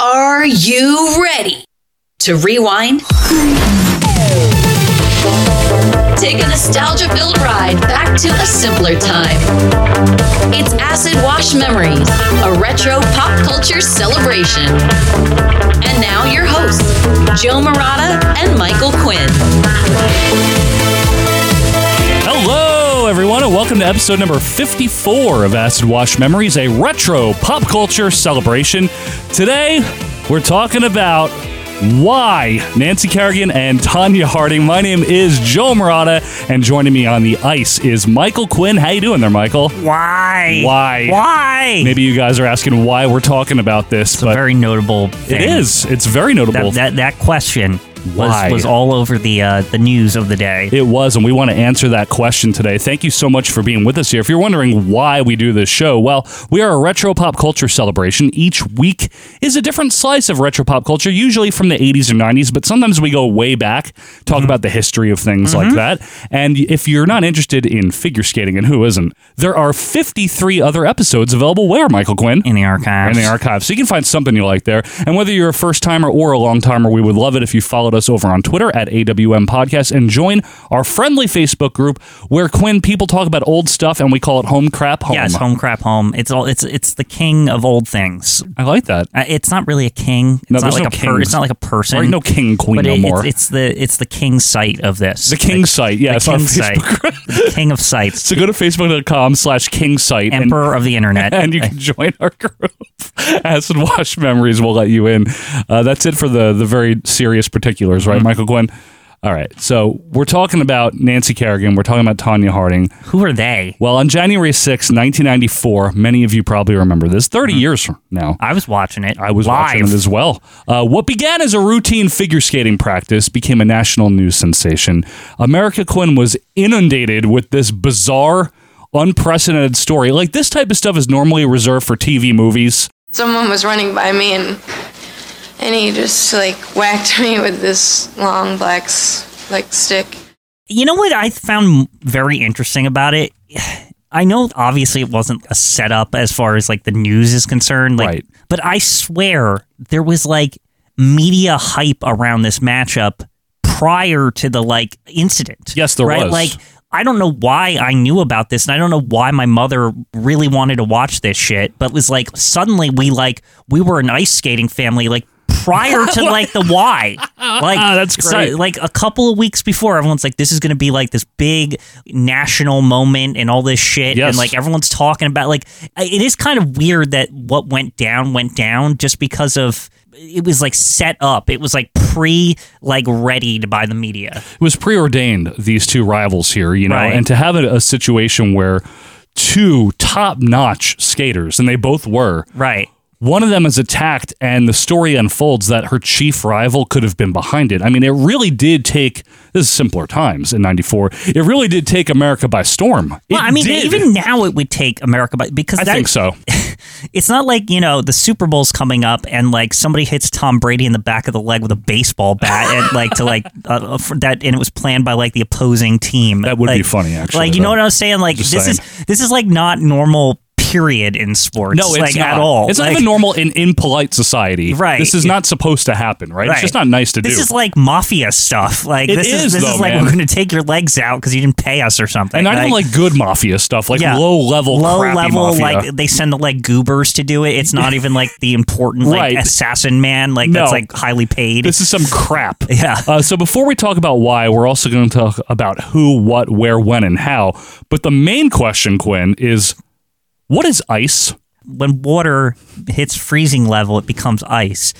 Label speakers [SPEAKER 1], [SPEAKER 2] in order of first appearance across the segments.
[SPEAKER 1] Are you ready to rewind? Take a nostalgia filled ride back to a simpler time. It's Acid Wash Memories, a retro pop culture celebration. And now, your hosts, Joe Murata and Michael Quinn.
[SPEAKER 2] Hello, everyone, and welcome to episode number 54 of Acid Wash Memories, a retro pop culture celebration. Today, we're talking about why Nancy Kerrigan and Tanya Harding. My name is Joe Murata, and joining me on the ice is Michael Quinn. How you doing there, Michael?
[SPEAKER 3] Why?
[SPEAKER 2] Why?
[SPEAKER 3] Why?
[SPEAKER 2] Maybe you guys are asking why we're talking about this,
[SPEAKER 3] it's a
[SPEAKER 2] but
[SPEAKER 3] very notable. Thing.
[SPEAKER 2] it is. It's very notable.
[SPEAKER 3] That, that that question
[SPEAKER 2] Why?
[SPEAKER 3] was was all over the uh, the news of the day.
[SPEAKER 2] It was, and we want to answer that question today. Thank you so much for being with us here. If you're wondering why we do this show, well, we are a retro pop culture celebration. Each week is a different slice of retro pop culture, usually from the 80s or 90s, but sometimes we go way back, talk about the history of things like that. And if you're not interested in figure skating, and who isn't, there are 53 other episodes available where, Michael Quinn?
[SPEAKER 3] in the archives.
[SPEAKER 2] in the archives. So you can find something you like there. And whether you're a first timer or a long timer, we would love it if you followed us over on Twitter at AWM Podcast and join our friendly Facebook group where Quinn people talk about old stuff and we call it home crap home.
[SPEAKER 3] Yes, home crap home. It's all it's it's the king of old things.
[SPEAKER 2] I like that.
[SPEAKER 3] Uh, It's not really a king. It's
[SPEAKER 2] No,
[SPEAKER 3] not
[SPEAKER 2] there's
[SPEAKER 3] like
[SPEAKER 2] no
[SPEAKER 3] a per,
[SPEAKER 2] kings.
[SPEAKER 3] it's not like a person.
[SPEAKER 2] There ain't no king queen
[SPEAKER 3] Mm-hmm.
[SPEAKER 2] no
[SPEAKER 3] but it-
[SPEAKER 2] more.
[SPEAKER 3] It's, it's the it's the king site of this.
[SPEAKER 2] the king site. Yeah,
[SPEAKER 3] the
[SPEAKER 2] it's on
[SPEAKER 3] king site.
[SPEAKER 2] Facebook.
[SPEAKER 3] the king of sites.
[SPEAKER 2] so go to facebook.com slash king site and
[SPEAKER 3] Emperor of the internet.
[SPEAKER 2] and you can join our group. Acid Wash Memories will let you in. Uh, that's it for the the very serious particulars, right, Michael Gwen? All right. So we're talking about Nancy Kerrigan. We're talking about Tanya Harding.
[SPEAKER 3] Who are they?
[SPEAKER 2] Well, on January sixth, 1994, many of you probably remember this. 30 years from now.
[SPEAKER 3] I was watching it.
[SPEAKER 2] I was
[SPEAKER 3] live.
[SPEAKER 2] watching it as well. Uh, what began as a routine figure skating practice became a national news sensation. America Quinn was inundated with this bizarre, unprecedented story. Like, this type of stuff is normally reserved for TV movies.
[SPEAKER 4] someone was running by me and and he just like whacked me with this long black s- like stick
[SPEAKER 3] You know what I found very interesting about it? I know obviously it wasn't a setup as far as like the news is concerned, like
[SPEAKER 2] Right.
[SPEAKER 3] but I swear there was like media hype around this matchup prior to the like incident.
[SPEAKER 2] Yes, there
[SPEAKER 3] right?
[SPEAKER 2] was.
[SPEAKER 3] Like I don't know why I knew about this and I don't know why my mother really wanted to watch this shit, but was like suddenly we like we were an ice skating family like prior to like the why. Like
[SPEAKER 2] That's
[SPEAKER 3] so,
[SPEAKER 2] great.
[SPEAKER 3] like a couple of weeks before, everyone's like, "This is going to be like this big national moment and all this shit,"
[SPEAKER 2] Yes.
[SPEAKER 3] and like everyone's talking about. Like, I- it is kind of weird that what went down went down just because of it was like set up. It was like pre like readied by the media.
[SPEAKER 2] It was preordained, these two rivals here, you know,
[SPEAKER 3] Right.
[SPEAKER 2] and to have a, a situation where two top notch skaters, and they both were,
[SPEAKER 3] Right.
[SPEAKER 2] one of them is attacked, and the story unfolds that her chief rival could have been behind it. I mean, it really did take this is simpler times in '94. It really did take America by storm.
[SPEAKER 3] Well,
[SPEAKER 2] It
[SPEAKER 3] I mean,
[SPEAKER 2] did.
[SPEAKER 3] even now it would take America by because
[SPEAKER 2] I
[SPEAKER 3] that,
[SPEAKER 2] think so.
[SPEAKER 3] it's not like you know the Super Bowl's coming up and like somebody hits Tom Brady in the back of the leg with a baseball bat and like to like uh, for that and it was planned by like the opposing team.
[SPEAKER 2] That would be
[SPEAKER 3] Like-
[SPEAKER 2] funny, actually,
[SPEAKER 3] Like you
[SPEAKER 2] though.
[SPEAKER 3] know what I was saying? Like
[SPEAKER 2] Just
[SPEAKER 3] this is this is like not normal period in sports.
[SPEAKER 2] No, it's
[SPEAKER 3] like
[SPEAKER 2] not.
[SPEAKER 3] at all.
[SPEAKER 2] It's not
[SPEAKER 3] Like,
[SPEAKER 2] even normal in in polite society.
[SPEAKER 3] Right.
[SPEAKER 2] This is not supposed to happen. Right. It's
[SPEAKER 3] right.
[SPEAKER 2] just not nice to
[SPEAKER 3] this
[SPEAKER 2] do.
[SPEAKER 3] is like mafia stuff. Like
[SPEAKER 2] It
[SPEAKER 3] this is,
[SPEAKER 2] is,
[SPEAKER 3] this
[SPEAKER 2] though,
[SPEAKER 3] is like
[SPEAKER 2] man.
[SPEAKER 3] we're going to take your legs out because you didn't pay us or something.
[SPEAKER 2] and I don't like good mafia stuff, like
[SPEAKER 3] Yeah.
[SPEAKER 2] low level,
[SPEAKER 3] low level
[SPEAKER 2] mafia.
[SPEAKER 3] like they send like goobers to do it it's not even like the important like
[SPEAKER 2] Right.
[SPEAKER 3] assassin man like
[SPEAKER 2] No.
[SPEAKER 3] that's like highly paid
[SPEAKER 2] This is some crap.
[SPEAKER 3] Yeah.
[SPEAKER 2] Uh, so before we talk about why, we're also going to talk about who, what, where, when, and how. But the main question, Quinn, is what is ice?
[SPEAKER 3] when water hits freezing level, it becomes ice.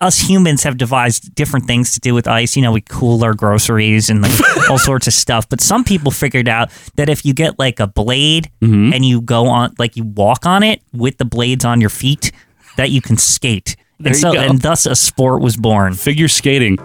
[SPEAKER 3] Us humans have devised different things to do with ice. You know, we cool our groceries and like all sorts of stuff. But some people figured out that if you get like a blade
[SPEAKER 2] Mm-hmm.
[SPEAKER 3] and you go on, like you walk on it with the blades on your feet, that you can skate.
[SPEAKER 2] There
[SPEAKER 3] and
[SPEAKER 2] you
[SPEAKER 3] so,
[SPEAKER 2] go.
[SPEAKER 3] and thus a sport was born.
[SPEAKER 2] Figure skating.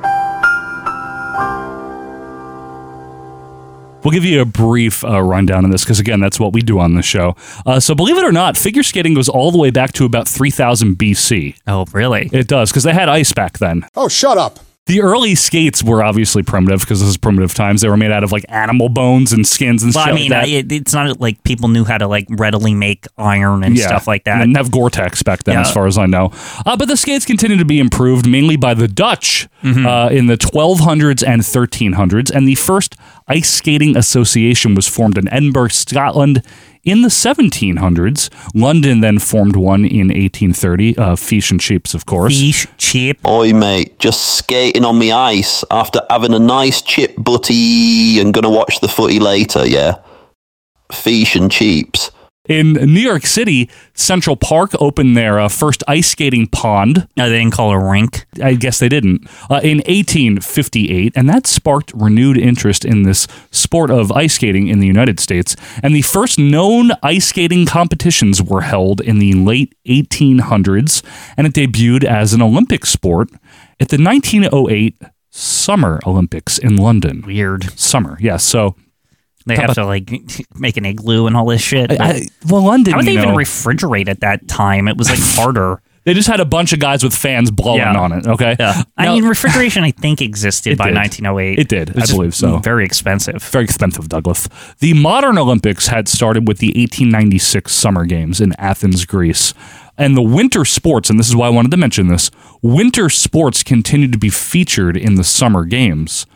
[SPEAKER 2] We'll give you a brief uh, rundown on this because, again, that's what we do on the show. Uh, so, believe it or not, figure skating goes all the way back to about 3000 BC.
[SPEAKER 3] Oh, really?
[SPEAKER 2] It does because they had ice back then.
[SPEAKER 5] Oh, shut up.
[SPEAKER 2] The early skates were obviously primitive because this is primitive times. They were made out of like animal bones and skins and
[SPEAKER 3] Well,
[SPEAKER 2] stuff
[SPEAKER 3] I mean,
[SPEAKER 2] like
[SPEAKER 3] I,
[SPEAKER 2] that.
[SPEAKER 3] it- it's not like people knew how to like readily make iron and stuff like that.
[SPEAKER 2] And have Gore-Tex back then,
[SPEAKER 3] Yeah.
[SPEAKER 2] as far as I know. Uh, but the skates continue to be improved mainly by the Dutch
[SPEAKER 3] Mm-hmm.
[SPEAKER 2] uh, in the 1200s and 1300s. And the first ice skating association was formed in Edinburgh, Scotland. In the 1700s, London then formed one in 1830, uh, Fish and Chips, of course.
[SPEAKER 3] Fish, chip.
[SPEAKER 5] Oi, mate, just skating on the ice after having a nice chip butty and gonna watch the footy later, yeah? Fish and cheeps.
[SPEAKER 2] In New York City, Central Park opened their uh, first ice skating pond.
[SPEAKER 3] No, uh, they didn't call it a rink.
[SPEAKER 2] I guess they didn't. Uh, in 1858, and that sparked renewed interest in this sport of ice skating in the United States. And the first known ice skating competitions were held in the late 1800s, and it debuted as an Olympic sport at the 1908 Summer Olympics in London.
[SPEAKER 3] Weird.
[SPEAKER 2] Summer, yes. so,
[SPEAKER 3] They have to like make an igloo and all this shit.
[SPEAKER 2] I,
[SPEAKER 3] but-
[SPEAKER 2] I, well, London.
[SPEAKER 3] How would
[SPEAKER 2] you
[SPEAKER 3] they even
[SPEAKER 2] know-
[SPEAKER 3] refrigerate at that time? It was like harder.
[SPEAKER 2] They just had a bunch of guys with fans blowing
[SPEAKER 3] Yeah.
[SPEAKER 2] on it. Okay.
[SPEAKER 3] I
[SPEAKER 2] Now-
[SPEAKER 3] mean, refrigeration, I think, existed
[SPEAKER 2] It
[SPEAKER 3] by
[SPEAKER 2] did.
[SPEAKER 3] 1908.
[SPEAKER 2] It did. I
[SPEAKER 3] just
[SPEAKER 2] believe so.
[SPEAKER 3] Very expensive.
[SPEAKER 2] very expensive, Douglas. The modern Olympics had started with the 1896 Summer Games in Athens, Greece. And the winter sports, and this is why I wanted to mention this, winter sports continued to be featured in the Summer Games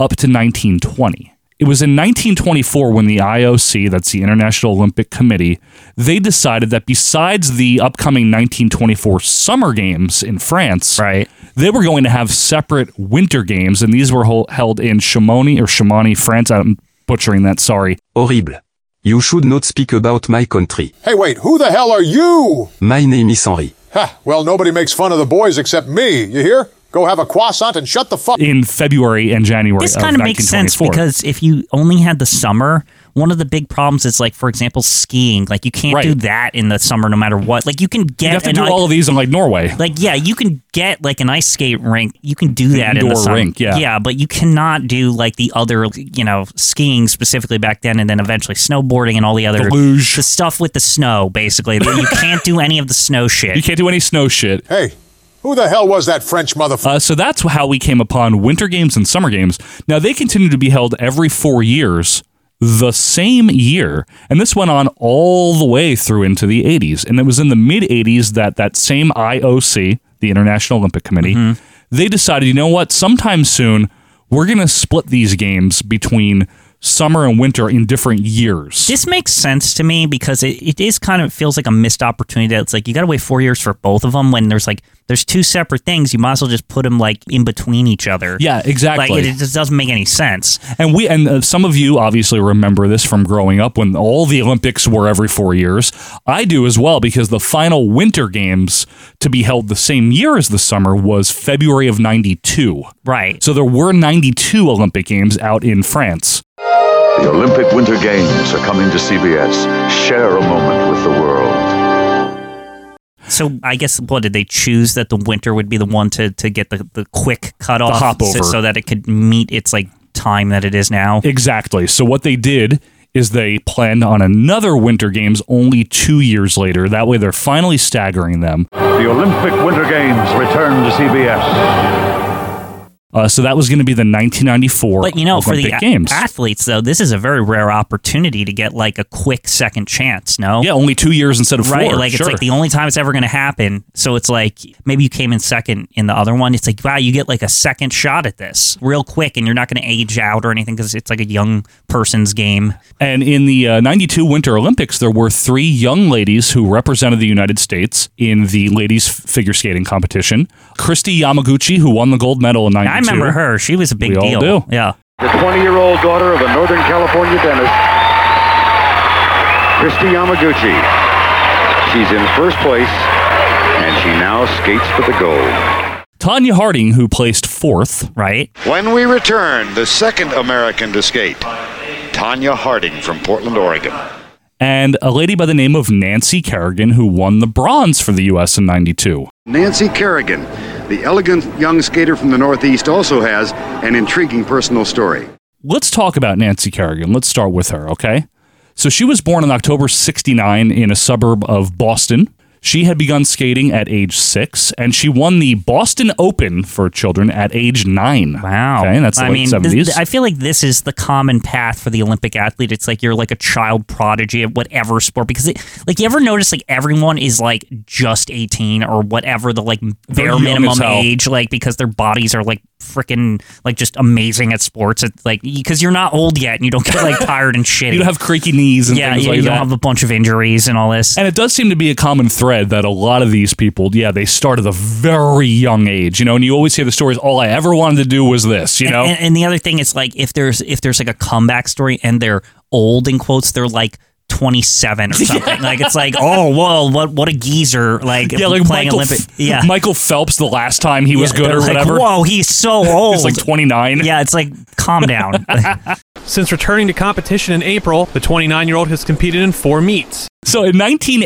[SPEAKER 2] up to 1920. It was in 1924 when the IOC, that's the International Olympic Committee, they decided that besides the upcoming 1924 Summer Games in France,
[SPEAKER 3] Right.
[SPEAKER 2] they were going to have separate winter games, and these were hol- held in Chamonix or Chamonix, France. I'm butchering that. Sorry.
[SPEAKER 6] Horrible. You should not speak about my country.
[SPEAKER 7] Hey, wait, who the hell are you?
[SPEAKER 6] My name is Henri.
[SPEAKER 7] Ha, well, nobody makes fun of the boys except me, you hear? Go have a croissant and shut the fuck
[SPEAKER 2] In February and January.
[SPEAKER 3] This
[SPEAKER 2] of
[SPEAKER 3] kind of makes sense
[SPEAKER 2] 1924.
[SPEAKER 3] because if you only had the summer, one of the big problems is like, for example, skiing. Like you can't
[SPEAKER 2] Right.
[SPEAKER 3] do that in the summer, no matter what. Like you can
[SPEAKER 2] you
[SPEAKER 3] get
[SPEAKER 2] have to
[SPEAKER 3] an
[SPEAKER 2] do
[SPEAKER 3] ice-
[SPEAKER 2] all of these in like Norway.
[SPEAKER 3] like yeah, you can get like an ice skate rink. You can do that in the
[SPEAKER 2] indoor
[SPEAKER 3] summer.
[SPEAKER 2] rink, yeah.
[SPEAKER 3] yeah, but you cannot do like the other, you know, skiing specifically back then, and then eventually snowboarding and all the other
[SPEAKER 2] The luge.
[SPEAKER 3] the stuff with the snow. Basically, you can't do any of the snow shit.
[SPEAKER 2] You can't do any snow shit.
[SPEAKER 7] Hey, who the hell was that French motherfucker?
[SPEAKER 2] Uh, so that's how we came upon winter games and summer games. Now they continue to be held every four years, the same year, and this went on all the way through into the 80s. And it was in the mid 80s that that same IOC, the International Olympic Committee,
[SPEAKER 3] Mm-hmm.
[SPEAKER 2] they decided, you know what? Sometime soon, we're going to split these games between summer and winter in different years.
[SPEAKER 3] This makes sense to me because it, it is kind of feels like a missed opportunity. That it's like you got to wait four years for both of them when there's like there's two separate things. You might as well just put them like in between each other.
[SPEAKER 2] yeah, exactly.
[SPEAKER 3] Like it, it just doesn't make any sense.
[SPEAKER 2] And we and uh, some of you obviously remember this from growing up when all the Olympics were every 4 years. I do as well because the final winter games to be held the same year as the summer was February of 92.
[SPEAKER 3] Right.
[SPEAKER 2] So there were 92 Olympic games out in France.
[SPEAKER 8] The Olympic Winter Games are coming to CBS. Share a moment with the world.
[SPEAKER 3] So I guess what did they choose that the winter would be the one to, to get the, the quick cutoff
[SPEAKER 2] The hop
[SPEAKER 3] so-
[SPEAKER 2] over.
[SPEAKER 3] So, that it could meet its like time that it is now.
[SPEAKER 2] Exactly. So what they did is they planned on another winter games only 2 years later. That way they're finally staggering them.
[SPEAKER 8] The Olympic Winter Games return to CBS.
[SPEAKER 2] Uh, so that was going to be the 1994
[SPEAKER 3] but you know,
[SPEAKER 2] Olympic
[SPEAKER 3] for the a-
[SPEAKER 2] games.
[SPEAKER 3] athletes though, this is a very rare opportunity to get like a quick second chance. No,
[SPEAKER 2] yeah, only 2 years instead of
[SPEAKER 3] right?
[SPEAKER 2] 4.
[SPEAKER 3] like
[SPEAKER 2] sure.
[SPEAKER 3] it's like the only time it's ever going to happen. So it's like maybe you came in second in the other one. It's like wow, you get like a second shot at this real quick, and you're not going to age out or anything because it's like a young person's game.
[SPEAKER 2] And in the uh, 92 Winter Olympics, there were three young ladies who represented the United States in the ladies' f- figure skating competition. Christy Yamaguchi, who won the gold medal in 92.
[SPEAKER 3] I remember her; she was a big
[SPEAKER 2] We all
[SPEAKER 3] deal.
[SPEAKER 2] do.
[SPEAKER 3] Yeah,
[SPEAKER 9] the 20-year-old daughter of a Northern California dentist, Christy Yamaguchi. She's in first place, and she now skates for the gold.
[SPEAKER 2] Tanya Harding, who placed fourth.
[SPEAKER 3] right.
[SPEAKER 9] When we return, the second American to skate, Tanya Harding from Portland, Oregon.
[SPEAKER 2] And a lady by the name of Nancy Kerrigan, who won the bronze for the U.S. in 92.
[SPEAKER 9] Nancy Kerrigan, the elegant young skater from the Northeast, also has an intriguing personal story.
[SPEAKER 2] Let's talk about Nancy Kerrigan. Let's start with her, okay? So she was born in October 69 in a suburb of Boston. She had begun skating at age six, and she won the Boston Open for children at age nine.
[SPEAKER 3] Wow.
[SPEAKER 2] Okay, and that's the
[SPEAKER 3] I
[SPEAKER 2] late
[SPEAKER 3] mean,
[SPEAKER 2] 70s.
[SPEAKER 3] This, I feel like this is the common path for the Olympic athlete. It's like you're like a child prodigy at whatever sport because it, like you ever notice like everyone is like just 18 or whatever the like bare
[SPEAKER 2] young as
[SPEAKER 3] minimum
[SPEAKER 2] hell.
[SPEAKER 3] age like because their bodies are like freaking like just amazing at sports. It's like because you're not old yet and you don't get like tired and shitty.
[SPEAKER 2] you don't have creaky knees and
[SPEAKER 3] yeah,
[SPEAKER 2] things
[SPEAKER 3] yeah,
[SPEAKER 2] like
[SPEAKER 3] you
[SPEAKER 2] that.
[SPEAKER 3] don't have a bunch of injuries and all this.
[SPEAKER 2] And it does seem to be a common thread that a lot of these people, yeah, they start at a very young age, you know, and you always hear the stories, all I ever wanted to do was this, you know?
[SPEAKER 3] And, and the other thing is like if there's if there's like a comeback story and they're old in quotes, they're like. 27 or something like it's like oh well what what a geezer like
[SPEAKER 2] yeah, like
[SPEAKER 3] playing
[SPEAKER 2] Michael,
[SPEAKER 3] Olympic
[SPEAKER 2] F-
[SPEAKER 3] yeah
[SPEAKER 2] Michael Phelps the last time he was
[SPEAKER 3] Yeah,
[SPEAKER 2] good
[SPEAKER 3] they're
[SPEAKER 2] or
[SPEAKER 3] like,
[SPEAKER 2] whatever.
[SPEAKER 3] whoa he's so old
[SPEAKER 2] He's like 29.
[SPEAKER 3] yeah it's like calm down
[SPEAKER 10] Since returning to competition in April, the 29 year old has competed in four meets.
[SPEAKER 2] So in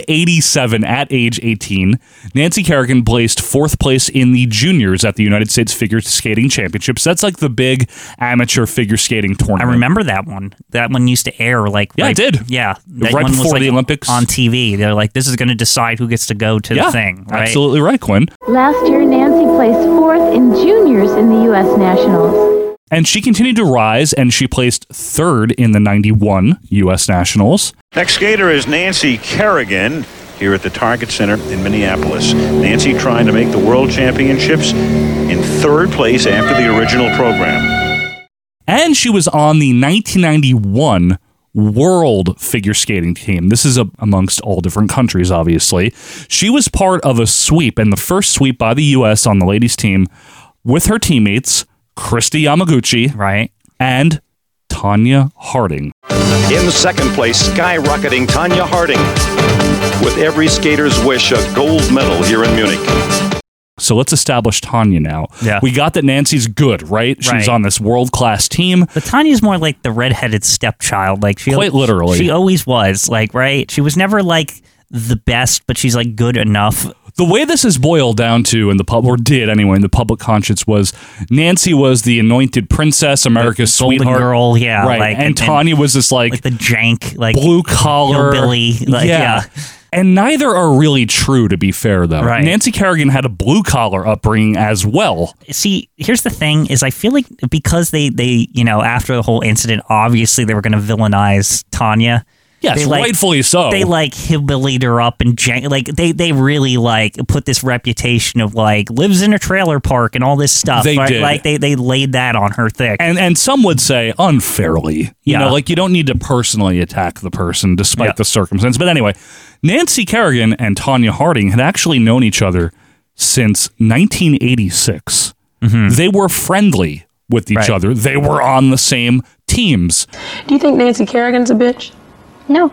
[SPEAKER 2] 1987, at age 18, Nancy Kerrigan placed fourth place in the juniors at the United States Figure Skating Championships. That's like the big amateur figure skating
[SPEAKER 3] I
[SPEAKER 2] tournament.
[SPEAKER 3] remember that one that one used to air like
[SPEAKER 2] Yeah, it
[SPEAKER 3] right,
[SPEAKER 2] did.
[SPEAKER 3] yeah that
[SPEAKER 2] Right
[SPEAKER 3] one was,
[SPEAKER 2] before the
[SPEAKER 3] like,
[SPEAKER 2] Olympics.
[SPEAKER 3] on TV they're like this is going to decide who gets to go to
[SPEAKER 2] yeah,
[SPEAKER 3] the thing right
[SPEAKER 2] Absolutely right, Quinn.
[SPEAKER 11] Last year, Nancy placed fourth in juniors in the U.S. Nationals.
[SPEAKER 2] And she continued to rise, and she placed third in the 91 U.S. Nationals.
[SPEAKER 12] Next skater is Nancy Kerrigan here at the Target Center in Minneapolis. Nancy trying to make the World Championships in third place after the original program.
[SPEAKER 2] And she was on the 1991 World Figure Skating Team. This is a, amongst all different countries, obviously. She was part of a sweep, and the first sweep by the U.S. on the ladies' team with her teammates, Christy Yamaguchi.
[SPEAKER 3] Right.
[SPEAKER 2] And Tanya Harding.
[SPEAKER 13] In second place, skyrocketing Tanya Harding with every skater's wish a gold medal here in Munich.
[SPEAKER 2] So let's establish Tanya now.
[SPEAKER 3] Yeah.
[SPEAKER 2] We got that Nancy's good, right? She's
[SPEAKER 3] Right.
[SPEAKER 2] on this world class team.
[SPEAKER 3] But Tanya's more like the redheaded stepchild. Like she
[SPEAKER 2] Quite literally.
[SPEAKER 3] she always was. Like right, she was never like the best, but she's like good enough.
[SPEAKER 2] the way this is boiled down to in the pub or did anyway in the public conscience was Nancy was the anointed princess, America's
[SPEAKER 3] Golden
[SPEAKER 2] sweetheart
[SPEAKER 3] girl, yeah.
[SPEAKER 2] right,
[SPEAKER 3] Like,
[SPEAKER 2] and, Tanya was this like,
[SPEAKER 3] like the jank, like
[SPEAKER 2] blue collar
[SPEAKER 3] hillbilly, like, yeah.
[SPEAKER 2] And neither are really true, to be fair, though.
[SPEAKER 3] Right.
[SPEAKER 2] Nancy Kerrigan had a blue collar upbringing as well.
[SPEAKER 3] see here's the thing is i feel like because they they you know after the whole incident obviously they were going to villainize tanya
[SPEAKER 2] Yes,
[SPEAKER 3] they,
[SPEAKER 2] rightfully so.
[SPEAKER 3] They like hillbillied her up and jank, like they they really like put this reputation of like lives in a trailer park and all this stuff.
[SPEAKER 2] They
[SPEAKER 3] right?
[SPEAKER 2] did.
[SPEAKER 3] Like they they laid that on her thick.
[SPEAKER 2] And and some would say unfairly. You
[SPEAKER 3] Yeah.
[SPEAKER 2] know, like you don't need to personally attack the person despite the circumstance. But anyway, Nancy Kerrigan and Tanya Harding had actually known each other since 1986. They were friendly with each
[SPEAKER 14] Right.
[SPEAKER 2] other. They were on the same teams.
[SPEAKER 14] Do you think Nancy Kerrigan's a bitch? No,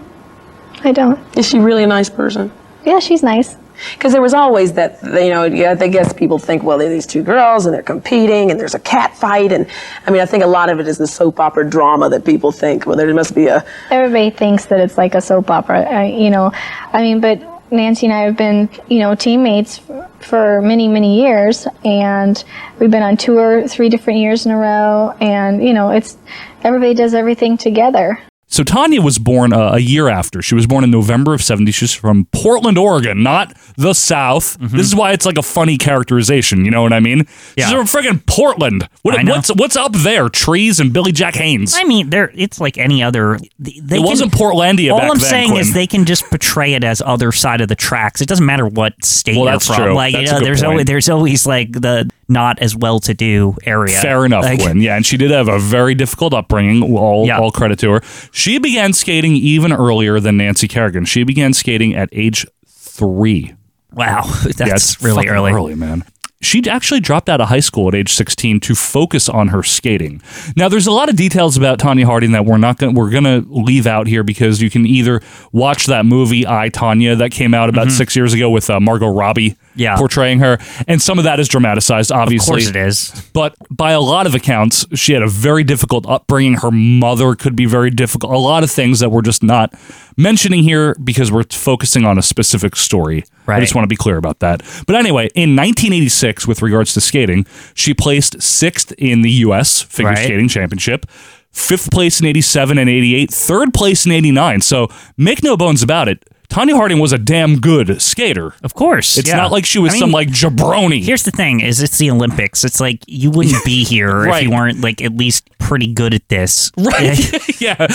[SPEAKER 14] I don't. Is she really a nice person? Yeah, she's nice. Because there was always that, you know, yeah, I guess people think, well, they're these two girls and they're competing and there's a cat fight. And I mean, I think a lot of it is the soap opera drama that people think, well, there must be a,
[SPEAKER 15] Everybody thinks that it's like a soap opera, I, you know. I mean, but Nancy and I have been, you know, teammates f- for many, many years, and we've been on tour three different years in a row, and you know, it's everybody does everything together.
[SPEAKER 2] So Tanya was born uh, a year after. She was born in November of 70. She's from Portland, Oregon, not the South. This is why it's like a funny characterization. You know what I mean? She's from friggin' Portland. What, what's what's up there? Trees and Billy Jack Haynes.
[SPEAKER 3] I mean, there it's like any other. They
[SPEAKER 2] It
[SPEAKER 3] can-
[SPEAKER 2] wasn't Portlandia
[SPEAKER 3] All
[SPEAKER 2] back
[SPEAKER 3] I'm
[SPEAKER 2] then,
[SPEAKER 3] saying is
[SPEAKER 2] Quinn.
[SPEAKER 3] they can just portray it as other side of the tracks. It doesn't matter what state
[SPEAKER 2] Well,
[SPEAKER 3] you're
[SPEAKER 2] that's
[SPEAKER 3] from.
[SPEAKER 2] true.
[SPEAKER 3] Like
[SPEAKER 2] That's a
[SPEAKER 3] you know,
[SPEAKER 2] good
[SPEAKER 3] there's
[SPEAKER 2] point.
[SPEAKER 3] always there's always like the not as well to do area.
[SPEAKER 2] Fair enough,
[SPEAKER 3] Like,
[SPEAKER 2] Quinn. Yeah, and she did have a very difficult upbringing. All, all credit to her. She began skating even earlier than Nancy Kerrigan. She began skating at age three.
[SPEAKER 3] Wow, that's
[SPEAKER 2] Yeah, it's
[SPEAKER 3] really
[SPEAKER 2] fucking
[SPEAKER 3] early.
[SPEAKER 2] man. She actually dropped out of high school at age 16 to focus on her skating. Now, there's a lot of details about Tanya Harding that we're not going we're gonna leave out here because you can either watch that movie I Tanya that came out about
[SPEAKER 3] Mhm.
[SPEAKER 2] six years ago with uh, Margot Robbie
[SPEAKER 3] Yeah.
[SPEAKER 2] portraying her, and some of that is dramatized,
[SPEAKER 3] Of
[SPEAKER 2] obviously.
[SPEAKER 3] course it is.
[SPEAKER 2] But by a lot of accounts, she had a very difficult upbringing. Her mother could be very difficult. A lot of things that we're just not mentioning here because we're focusing on a specific story. I
[SPEAKER 3] Right.
[SPEAKER 2] just want to be clear about that. But anyway, in 1986, with regards to skating, she placed sixth in the U.S. Figure
[SPEAKER 3] Right.
[SPEAKER 2] Skating Championship. Fifth place in 87 and 88, third place in 89. So make no bones about it. Tanya Harding was a damn good skater.
[SPEAKER 3] Of course.
[SPEAKER 2] It's
[SPEAKER 3] yeah.
[SPEAKER 2] not like she was
[SPEAKER 3] I mean,
[SPEAKER 2] some like jabroni.
[SPEAKER 3] Here's the thing: is it's the Olympics. It's like you wouldn't be here if
[SPEAKER 2] Right.
[SPEAKER 3] you weren't like at least pretty good at this.
[SPEAKER 2] Right. yeah.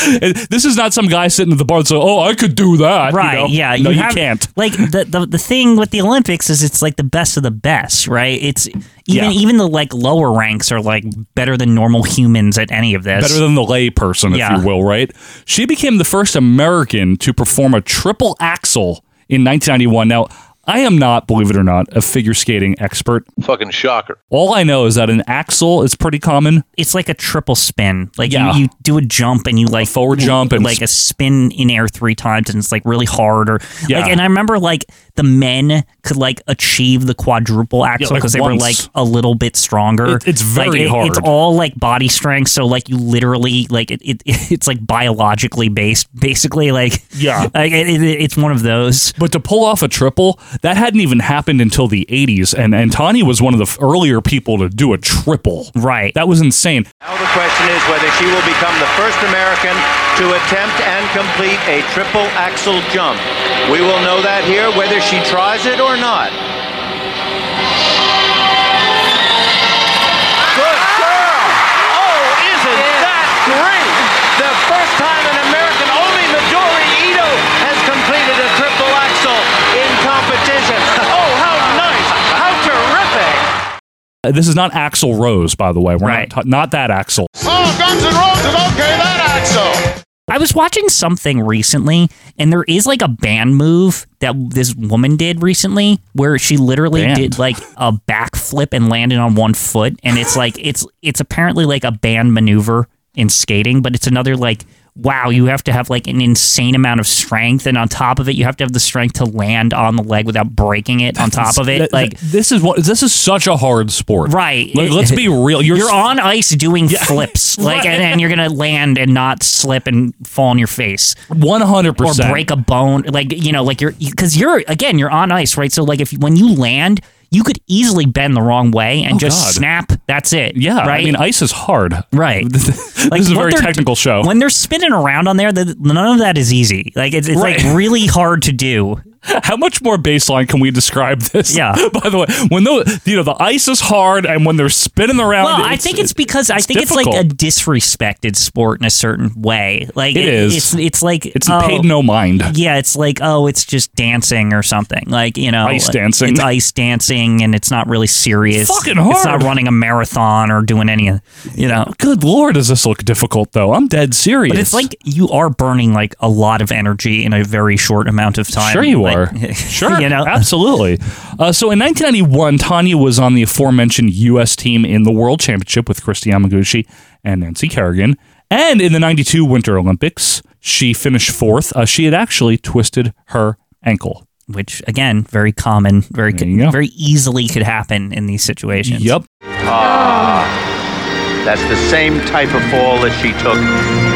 [SPEAKER 2] This is not some guy sitting at the bar that's like, oh, I could do that. you
[SPEAKER 3] Right.
[SPEAKER 2] know?
[SPEAKER 3] Yeah.
[SPEAKER 2] No, you,
[SPEAKER 3] have-
[SPEAKER 2] can't.
[SPEAKER 3] Like the, the the thing with the Olympics is it's like the best of the best, right? It's even even the like lower ranks are like better than normal humans at any of this.
[SPEAKER 2] Better than the lay person, if
[SPEAKER 3] Yeah.
[SPEAKER 2] you will, right? She became the first American to perform a triple axel in 1991. Now, I am not, believe it or not, a figure skating expert.
[SPEAKER 16] Fucking shocker.
[SPEAKER 2] All I know is that an axel is pretty common.
[SPEAKER 3] It's like a triple spin. Like you-
[SPEAKER 2] Yeah.
[SPEAKER 3] you, do a jump and you like
[SPEAKER 2] forward jump and
[SPEAKER 3] like a spin in air three times and it's like really hard or
[SPEAKER 2] Yeah.
[SPEAKER 3] like and I remember like the men could like achieve the quadruple axel
[SPEAKER 2] like
[SPEAKER 3] because they were
[SPEAKER 2] once.
[SPEAKER 3] like a little bit stronger.
[SPEAKER 2] It- it's
[SPEAKER 3] Like,
[SPEAKER 2] very
[SPEAKER 3] it- It's
[SPEAKER 2] hard.
[SPEAKER 3] all like body strength, so like you literally like it, it it's like biologically based basically like
[SPEAKER 2] Yeah.
[SPEAKER 3] Like, it- it- it's one of those.
[SPEAKER 2] But to pull off a triple, that hadn't even happened until the 80s. And, and Tani was one of the f- earlier people to do a triple.
[SPEAKER 3] Right.
[SPEAKER 2] That was insane.
[SPEAKER 17] Now the question is whether she will become the first American to attempt and complete a triple axel jump. We will know that here whether she tries it or not. Good girl! Oh, isn't that great? The first time an American, only Midori Ito has completed a triple axel in competition. Oh, how nice! How terrific!
[SPEAKER 2] Uh, This is not Axel Rose, by the way. We're not, ta- not that Axel.
[SPEAKER 17] Oh, Guns N' Roses, okay, that axel!
[SPEAKER 3] I was watching something recently, and there is like a band move that this woman did recently where she literally
[SPEAKER 2] Band.
[SPEAKER 3] did like a backflip and landed on one foot, and it's like it's it's apparently like a band maneuver in skating, but it's another like wow, you have to have like an insane amount of strength, and on top of it, you have to have the strength to land on the leg without breaking it. On top of
[SPEAKER 2] Th-
[SPEAKER 3] it,
[SPEAKER 2] th-
[SPEAKER 3] like
[SPEAKER 2] this is what this is such a hard sport.
[SPEAKER 3] Right.
[SPEAKER 2] Like, let's be real. You're,
[SPEAKER 3] You're on ice doing flips, like, and, and you're gonna land and not slip and fall on your face,
[SPEAKER 2] one hundred
[SPEAKER 3] or break a bone, like you know, like you're because you're again you're on ice, right? So like if when you land, you could easily bend the wrong way and
[SPEAKER 2] Oh,
[SPEAKER 3] just
[SPEAKER 2] God.
[SPEAKER 3] snap. That's it.
[SPEAKER 2] Yeah,
[SPEAKER 3] right.
[SPEAKER 2] I mean, ice is hard.
[SPEAKER 3] Right.
[SPEAKER 2] this
[SPEAKER 3] Like,
[SPEAKER 2] is a
[SPEAKER 3] what
[SPEAKER 2] very
[SPEAKER 3] they're-
[SPEAKER 2] technical show.
[SPEAKER 3] when they're spinning around on there, th none of that is easy. Like it's, it's
[SPEAKER 2] Right.
[SPEAKER 3] like really hard to do.
[SPEAKER 2] How much more baseline can we describe this?
[SPEAKER 3] Yeah.
[SPEAKER 2] By the way, when the you know the ice is hard and when they're spinning around,
[SPEAKER 3] Well, I think it's because I think it's like a disrespected sport in a certain way. Like
[SPEAKER 2] It is.
[SPEAKER 3] It's it's like
[SPEAKER 2] It's
[SPEAKER 3] oh,
[SPEAKER 2] paid no mind.
[SPEAKER 3] Yeah, it's like oh, it's just dancing or something. Like you know,
[SPEAKER 2] Ice
[SPEAKER 3] like,
[SPEAKER 2] dancing.
[SPEAKER 3] It's ice dancing, and it's not really serious.
[SPEAKER 2] Fucking
[SPEAKER 3] It's
[SPEAKER 2] hard.
[SPEAKER 3] not running a marathon or doing any of you know.
[SPEAKER 2] Good lord, does this look difficult though? I'm dead serious.
[SPEAKER 3] But it's like you are burning like a lot of energy in a very short amount of time.
[SPEAKER 2] Sure, you
[SPEAKER 3] Like,
[SPEAKER 2] are. Sure,
[SPEAKER 3] you know.
[SPEAKER 2] absolutely. Uh, so in 1991, Tanya was on the aforementioned U.S. team in the World Championship with Christy Yamaguchi and Nancy Kerrigan, and in the '92 Winter Olympics, she finished fourth. Uh, she had actually twisted her ankle.
[SPEAKER 3] Which again, very common, very
[SPEAKER 2] go.
[SPEAKER 3] very easily could happen in these situations.
[SPEAKER 2] Yep.
[SPEAKER 17] Ah, that's the same type of fall that she took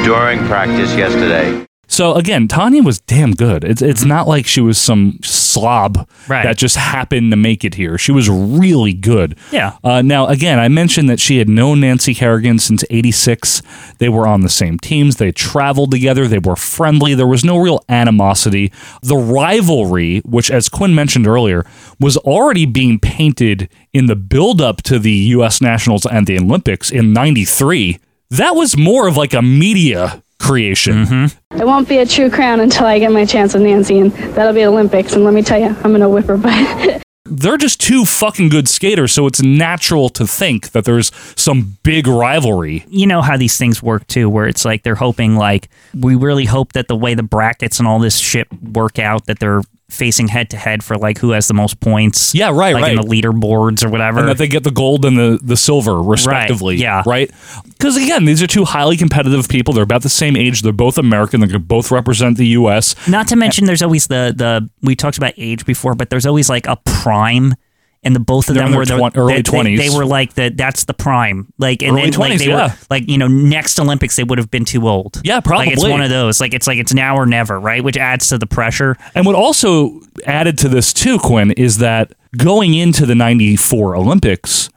[SPEAKER 17] during practice yesterday.
[SPEAKER 2] So again, Tanya was damn good. It's it's not like she was some slob
[SPEAKER 3] Mm-hmm. Right.
[SPEAKER 2] that just happened to make it here. She was really good.
[SPEAKER 3] Yeah.
[SPEAKER 2] Uh, now again, I mentioned that she had known Nancy Kerrigan since '86. They were on the same teams. They traveled together. They were friendly. There was no real animosity. The rivalry, which as Quinn mentioned earlier, was already being painted in the buildup to the U.S. Nationals and the Olympics in '93. That was more of like a media
[SPEAKER 3] Mm-hmm.
[SPEAKER 2] creation.
[SPEAKER 18] It won't be a true crown until I get my chance with Nancy, and that'll be Olympics. And let me tell you, I'm gonna whip her butt.
[SPEAKER 2] they're just two fucking good skaters, so it's natural to think that there's some big rivalry.
[SPEAKER 3] you know how these things work too, where it's like they're hoping, like, we really hope that the way the brackets and all this shit work out, that they're facing head to head for like who has the most points.
[SPEAKER 2] Yeah, right,
[SPEAKER 3] like in the
[SPEAKER 2] right.
[SPEAKER 3] leaderboards or whatever.
[SPEAKER 2] And that they get the gold and the, the silver, respectively.
[SPEAKER 3] yeah.
[SPEAKER 2] Right? Because, again, these are two highly competitive people. They're about the same age. They're both American. They could both represent the U.S.
[SPEAKER 3] Not to mention, there's always the the we talked about age before, but there's always like a prime. And the both of
[SPEAKER 2] They're
[SPEAKER 3] them
[SPEAKER 2] in their
[SPEAKER 3] were the,
[SPEAKER 2] twen- early
[SPEAKER 3] they-
[SPEAKER 2] 20s.
[SPEAKER 3] they- They, were like the that's the prime, like and
[SPEAKER 2] Early
[SPEAKER 3] then, like
[SPEAKER 2] 20s,
[SPEAKER 3] they
[SPEAKER 2] yeah.
[SPEAKER 3] were like you know next Olympics they would have been too old.
[SPEAKER 2] Yeah,
[SPEAKER 3] Like it's
[SPEAKER 2] probably.
[SPEAKER 3] one of those. Like it's like it's now or never, right? Which adds to the pressure.
[SPEAKER 2] And what also added to this, too, Quinn, is that going into the 94 Olympics,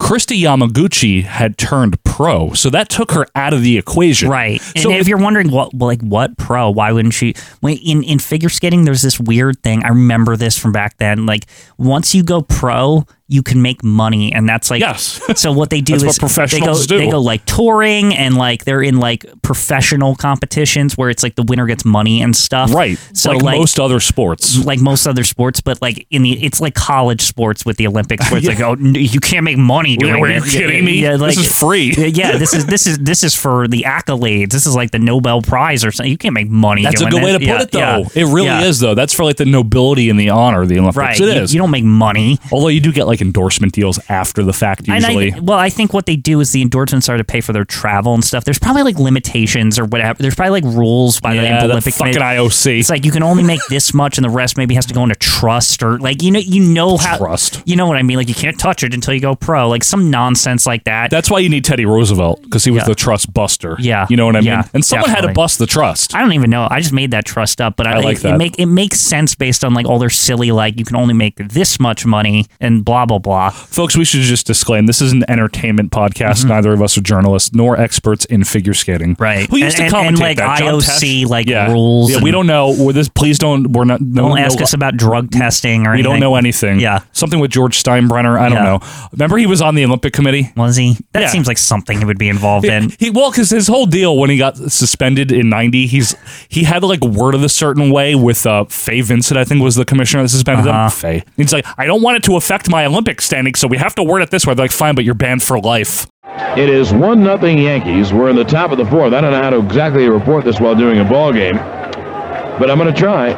[SPEAKER 2] Christy Yamaguchi had turned pro, so that took her out of the equation. Right.
[SPEAKER 3] And
[SPEAKER 2] So
[SPEAKER 3] if you're wondering what, well, like, what pro? Why wouldn't she? When, in in figure skating, there's this weird thing. I remember this from back then. Like, once you go pro, you can make money, and that's like
[SPEAKER 2] Yes.
[SPEAKER 3] So what they do
[SPEAKER 2] That's
[SPEAKER 3] is
[SPEAKER 2] what
[SPEAKER 3] they
[SPEAKER 2] professionals
[SPEAKER 3] go,
[SPEAKER 2] do.
[SPEAKER 3] They go like touring, and like they're in like professional competitions where it's like the winner gets money and stuff. Right. So
[SPEAKER 2] Like most
[SPEAKER 3] other sports, like most other sports, but like in the it's like college sports with the Olympics where it's
[SPEAKER 2] Yeah.
[SPEAKER 3] like oh n- you can't make money doing
[SPEAKER 2] Yeah, were you
[SPEAKER 3] this. Yeah,
[SPEAKER 2] kidding me?
[SPEAKER 3] yeah,
[SPEAKER 2] This
[SPEAKER 3] like-
[SPEAKER 2] is free.
[SPEAKER 3] Yeah, yeah, this is this is this is for the accolades. This is like the Nobel Prize or something. You can't make money.
[SPEAKER 2] that's a
[SPEAKER 3] doing
[SPEAKER 2] good way to
[SPEAKER 3] this.
[SPEAKER 2] put
[SPEAKER 3] Yeah,
[SPEAKER 2] it, though.
[SPEAKER 3] yeah,
[SPEAKER 2] It really
[SPEAKER 3] yeah.
[SPEAKER 2] is, though. That's for like the nobility and the honor of the Olympics. It
[SPEAKER 3] Right. You-
[SPEAKER 2] is.
[SPEAKER 3] you don't make money,
[SPEAKER 2] although you do get like endorsement deals after the fact.
[SPEAKER 3] And
[SPEAKER 2] Usually,
[SPEAKER 3] I, well, I think what they do is the endorsements are to pay for their travel and stuff. There's probably like limitations or whatever. There's probably like rules by
[SPEAKER 2] Yeah,
[SPEAKER 3] the
[SPEAKER 2] that
[SPEAKER 3] Olympic
[SPEAKER 2] fucking
[SPEAKER 3] IOC. It's like you can only make this much, and the rest maybe has to go into trust or like you know you know how trust. You know what I mean? Like you can't touch it until you go pro. Like some nonsense like that.
[SPEAKER 2] that's why you need Teddy Roosevelt because he was
[SPEAKER 3] Yeah.
[SPEAKER 2] the trust buster.
[SPEAKER 3] Yeah,
[SPEAKER 2] you know what I mean.
[SPEAKER 3] Yeah,
[SPEAKER 2] and someone had to
[SPEAKER 3] definitely.
[SPEAKER 2] bust the trust.
[SPEAKER 3] I don't even know. I just made that trust up, but I,
[SPEAKER 2] I like
[SPEAKER 3] it,
[SPEAKER 2] that.
[SPEAKER 3] It, make, it makes sense based on like all their silly like you can only make this much money and blah blah blah.
[SPEAKER 2] Folks, we should just disclaim this is an entertainment podcast.
[SPEAKER 3] Mm-hmm.
[SPEAKER 2] Neither of us are journalists nor experts in figure skating. Right. Who used
[SPEAKER 3] And-
[SPEAKER 2] to
[SPEAKER 3] and-
[SPEAKER 2] commentate
[SPEAKER 3] and, like,
[SPEAKER 2] that? John
[SPEAKER 3] IOC,
[SPEAKER 2] Tesh?
[SPEAKER 3] like,
[SPEAKER 2] yeah.
[SPEAKER 3] rules
[SPEAKER 2] Yeah, we
[SPEAKER 3] and-
[SPEAKER 2] don't know. We're this. Please don't. We're not. No,
[SPEAKER 3] Don't
[SPEAKER 2] no-
[SPEAKER 3] ask us about drug testing or
[SPEAKER 2] We don't
[SPEAKER 3] anything.
[SPEAKER 2] know anything. Yeah. Something with George Steinbrenner. I don't
[SPEAKER 3] Yeah.
[SPEAKER 2] know. Remember, he was on the Olympic Committee.
[SPEAKER 3] Was he? That
[SPEAKER 2] Yeah.
[SPEAKER 3] seems like something he would be involved in.
[SPEAKER 2] He, well, because his whole deal when he got suspended in '90, he's he had to like word it a certain way with uh, Faye Vincent, I think was the commissioner that suspended
[SPEAKER 3] Uh-huh.
[SPEAKER 2] him. Faye. He's like, I don't want it to affect my Olympic standing, so we have to word it this way. They're like, fine, but you're banned for life.
[SPEAKER 16] It is one nothing Yankees. We're in the top of the fourth. I don't know how to exactly report this while doing a ball game, but I'm going to try.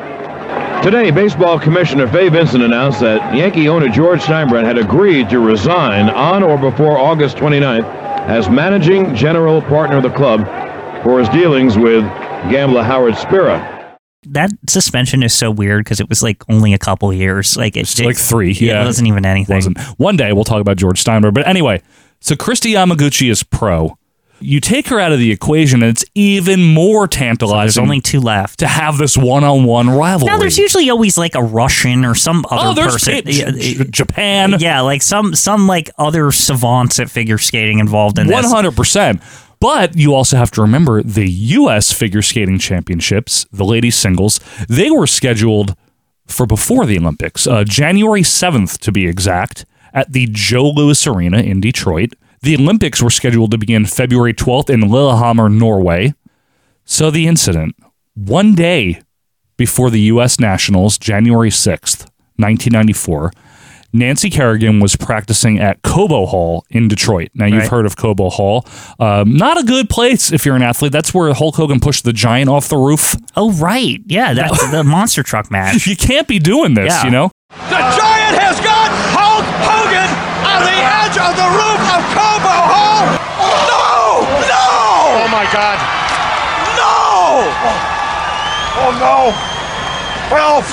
[SPEAKER 16] Today, baseball commissioner Fay Vincent announced that Yankee owner George Steinbrenner had agreed to resign on or before August 29th as managing general partner of the club for his dealings with gambler Howard Spira.
[SPEAKER 3] That suspension is so weird because it was like only a couple years. Like it's
[SPEAKER 2] like three. Yeah,
[SPEAKER 3] It wasn't even anything.
[SPEAKER 2] Wasn't. One day we'll talk about George Steinberg. But anyway, so Christy Yamaguchi is pro. You take her out of the equation, and it's even more tantalizing. there's
[SPEAKER 3] only two left
[SPEAKER 2] to have this one-on-one rivalry.
[SPEAKER 3] Now there's usually always like a Russian or some other
[SPEAKER 2] Oh, there's
[SPEAKER 3] person.
[SPEAKER 2] J- J- Japan.
[SPEAKER 3] Yeah, like some some like other savants at figure skating involved in this.
[SPEAKER 2] One hundred percent. But you also have to remember the U.S. Figure Skating Championships, the ladies singles, they were scheduled for before the Olympics, uh, January seventh to be exact, at the Joe Louis Arena in Detroit. The Olympics were scheduled to begin February twelfth in Lillehammer, Norway. So the incident one day before the U.S. Nationals, January sixth, nineteen ninety four. Nancy Kerrigan was practicing at Cobo Hall in Detroit. Now you've
[SPEAKER 3] Right.
[SPEAKER 2] heard of Cobo Hall. Um, not a good place if you're an athlete. That's where Hulk Hogan pushed the giant off the roof.
[SPEAKER 3] Oh right, yeah, that's the monster truck match.
[SPEAKER 2] You can't be doing this,
[SPEAKER 3] Yeah.
[SPEAKER 2] you know.
[SPEAKER 17] The Giant has got Hulk Hogan on the edge of the roof of Combo Hall. No! No! Oh my God! No! Oh no! Help!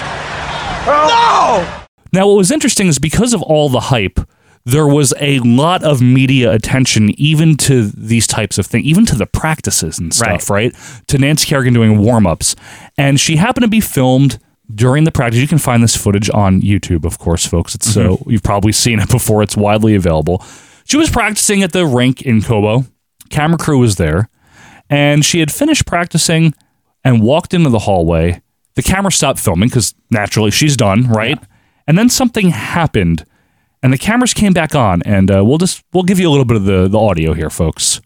[SPEAKER 17] Help! No!
[SPEAKER 2] Now, what was interesting is because of all the hype, there was a lot of media attention, even to these types of things, even to the practices and stuff, right? To Nancy Kerrigan doing warm ups. And she happened to be filmed during the practice. You can find this footage on YouTube, of course, folks. It's so you've probably seen it before, it's widely available. She was practicing at the rink in Kobo. Camera crew was there. And she had finished practicing and walked into the hallway. The camera stopped filming because naturally she's done, right? And then something happened, and the cameras came back on. And uh, we'll just we'll give you a little bit of the the audio here, folks.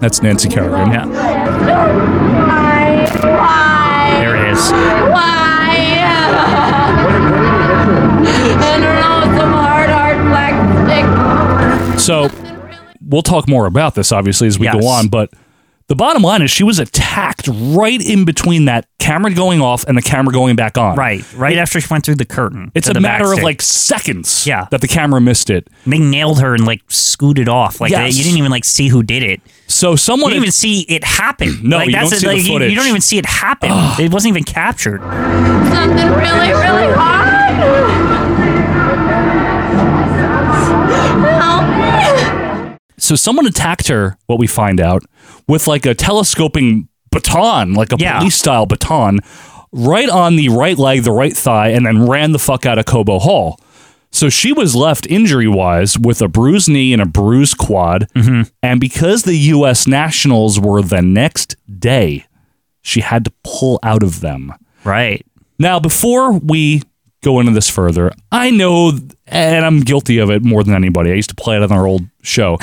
[SPEAKER 2] That's Nancy Kerrigan. Yeah.
[SPEAKER 17] Why? Why?
[SPEAKER 3] There it is.
[SPEAKER 17] Why? I don't know, some hard, hard black stick.
[SPEAKER 2] So we'll talk more about this obviously as we
[SPEAKER 3] Yes.
[SPEAKER 2] go on, but the bottom line is she was attacked right in between that camera going off and the camera going back on.
[SPEAKER 3] Right, right after she went through the curtain.
[SPEAKER 2] It's
[SPEAKER 3] to
[SPEAKER 2] a
[SPEAKER 3] the
[SPEAKER 2] matter of
[SPEAKER 3] backstage.
[SPEAKER 2] like seconds
[SPEAKER 3] Yeah.
[SPEAKER 2] that the camera missed it.
[SPEAKER 3] They nailed her and like scooted off. Like
[SPEAKER 2] Yes.
[SPEAKER 3] they- you didn't even like see who did it.
[SPEAKER 2] So someone
[SPEAKER 3] you didn't even see it happen.
[SPEAKER 2] No,
[SPEAKER 3] like,
[SPEAKER 2] you don't see the
[SPEAKER 3] you- You,
[SPEAKER 2] footage.
[SPEAKER 3] don't even see it happen. It wasn't even captured.
[SPEAKER 17] Something really, really hard. Help me.
[SPEAKER 2] So someone attacked her, what we find out, with like a telescoping baton, like a police style baton right on the right leg, the right thigh, and then ran the fuck out of Cobo Hall. So she was left injury wise with a bruised knee and a bruised quad. And because the U.S. Nationals were the next day, she had to pull out of them.
[SPEAKER 3] Right.
[SPEAKER 2] Now, before we go into this further, I know, and I'm guilty of it more than anybody. I used to play it on our old show.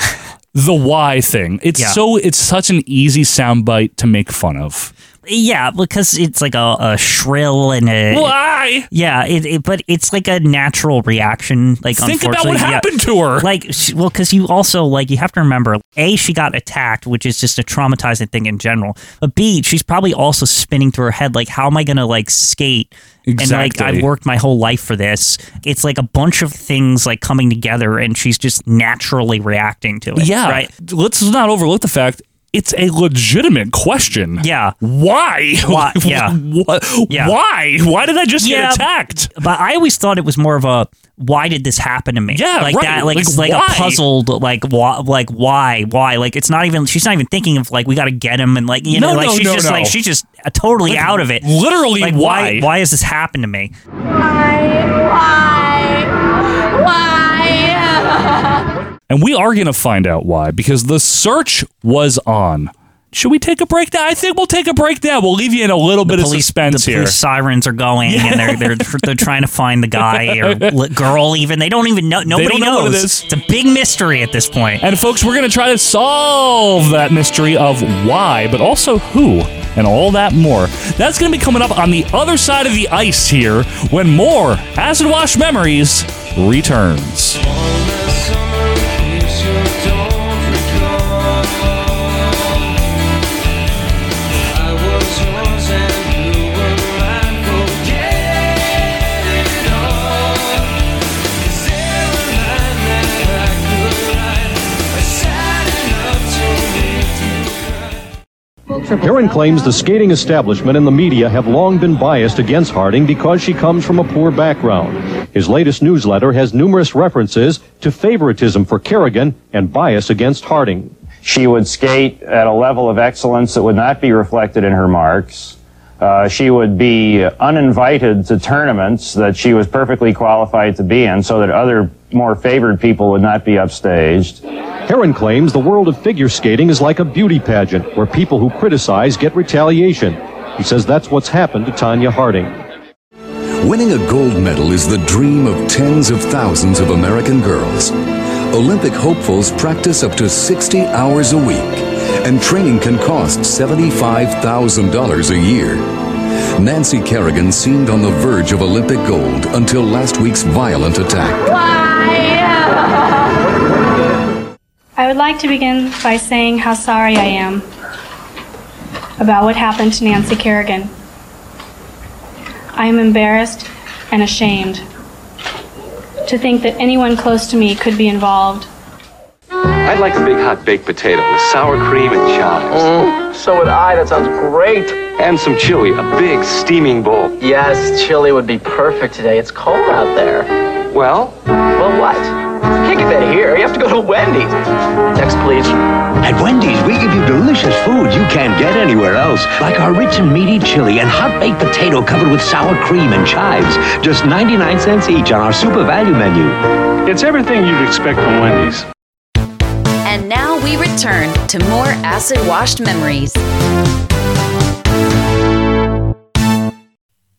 [SPEAKER 2] The why thing. It's
[SPEAKER 3] Yeah.
[SPEAKER 2] so it's such an easy soundbite to make fun of.
[SPEAKER 3] Yeah, because it's like a, a shrill and a
[SPEAKER 2] why.
[SPEAKER 3] Yeah, it, it, but it's like a natural reaction. Like,
[SPEAKER 2] Think about
[SPEAKER 3] unfortunately,
[SPEAKER 2] what
[SPEAKER 3] yeah.
[SPEAKER 2] happened to her.
[SPEAKER 3] Like, she, well, because you also like you have to remember, a she got attacked, which is just a traumatizing thing in general. But b she's probably also spinning through her head like, how am I gonna like skate? And like
[SPEAKER 2] Exactly.
[SPEAKER 3] I worked my whole life for this. It's like a bunch of things like coming together, and she's just naturally reacting to it.
[SPEAKER 2] Yeah.
[SPEAKER 3] right.
[SPEAKER 2] Let's not overlook the fact it's a legitimate question.
[SPEAKER 3] Yeah.
[SPEAKER 2] Why?
[SPEAKER 3] Why? Yeah.
[SPEAKER 2] What?
[SPEAKER 3] Yeah.
[SPEAKER 2] Why? Why did I just
[SPEAKER 3] Yeah,
[SPEAKER 2] get attacked?
[SPEAKER 3] But I always thought it was more of a why did this happen to me?
[SPEAKER 2] Yeah,
[SPEAKER 3] like
[SPEAKER 2] right.
[SPEAKER 3] that. Like,
[SPEAKER 2] Like,
[SPEAKER 3] it's like
[SPEAKER 2] why?
[SPEAKER 3] a puzzled. Like why? Like why? Why? Like it's not even. She's not even thinking of like we got to get him and like you
[SPEAKER 2] No,
[SPEAKER 3] know like
[SPEAKER 2] no,
[SPEAKER 3] she's
[SPEAKER 2] no,
[SPEAKER 3] just
[SPEAKER 2] no.
[SPEAKER 3] like she's just uh, totally
[SPEAKER 2] Like,
[SPEAKER 3] out of it.
[SPEAKER 2] literally,
[SPEAKER 3] like
[SPEAKER 2] why?
[SPEAKER 3] why? Why has this happened to me?
[SPEAKER 17] Why?
[SPEAKER 2] And we are going to find out why because the search was on. Should we take a break now? I think we'll take a break now. We'll leave you in a little bit of suspense
[SPEAKER 3] the
[SPEAKER 2] here.
[SPEAKER 3] police sirens are going, and they're they're tr- they're trying to find the guy or li- girl. Even they don't even know. Nobody
[SPEAKER 2] don't know what it
[SPEAKER 3] knows.
[SPEAKER 2] is.
[SPEAKER 3] It's a big mystery at this point.
[SPEAKER 2] And folks, we're going to try to solve that mystery of why, but also who, and all that more. That's going to be coming up on the other side of the ice here when more Acid Wash Memories returns.
[SPEAKER 13] Karen claims the skating establishment and the media have long been biased against Harding because she comes from a poor background. His latest newsletter has numerous references to favoritism for Kerrigan and bias against Harding.
[SPEAKER 19] She would skate at a level of excellence that would not be reflected in her marks. Uh, she would be uninvited to tournaments that she was perfectly qualified to be in so that other more favored people would not be upstaged.
[SPEAKER 13] Heron claims the world of figure skating is like a beauty pageant where people who criticize get retaliation. He says that's what's happened to Tanya Harding.
[SPEAKER 20] Winning a gold medal is the dream of tens of thousands of American girls. Olympic hopefuls practice up to 60 hours a week, and training can cost $75,000 a year. Nancy Kerrigan seemed on the verge of Olympic gold until last week's violent attack.
[SPEAKER 18] I would like to begin by saying how sorry I am about what happened to Nancy Kerrigan. I am embarrassed and ashamed to think that anyone close to me could be involved.
[SPEAKER 21] I'd like a big hot baked potato with sour cream and chives. Mm. so would I. That sounds great. And some chili, a big steaming bowl. Yes, chili would be perfect today. It's cold out there. Well? Well, what? You can't get that here. You have to go to Wendy's. Next, please.
[SPEAKER 22] At Wendy's, we give you delicious food you can't get anywhere else, like our rich and meaty chili and hot baked potato covered with sour cream and chives, just 99 cents each on our super value menu. It's everything you'd expect from Wendy's.
[SPEAKER 1] And now we return to more acid washed memories.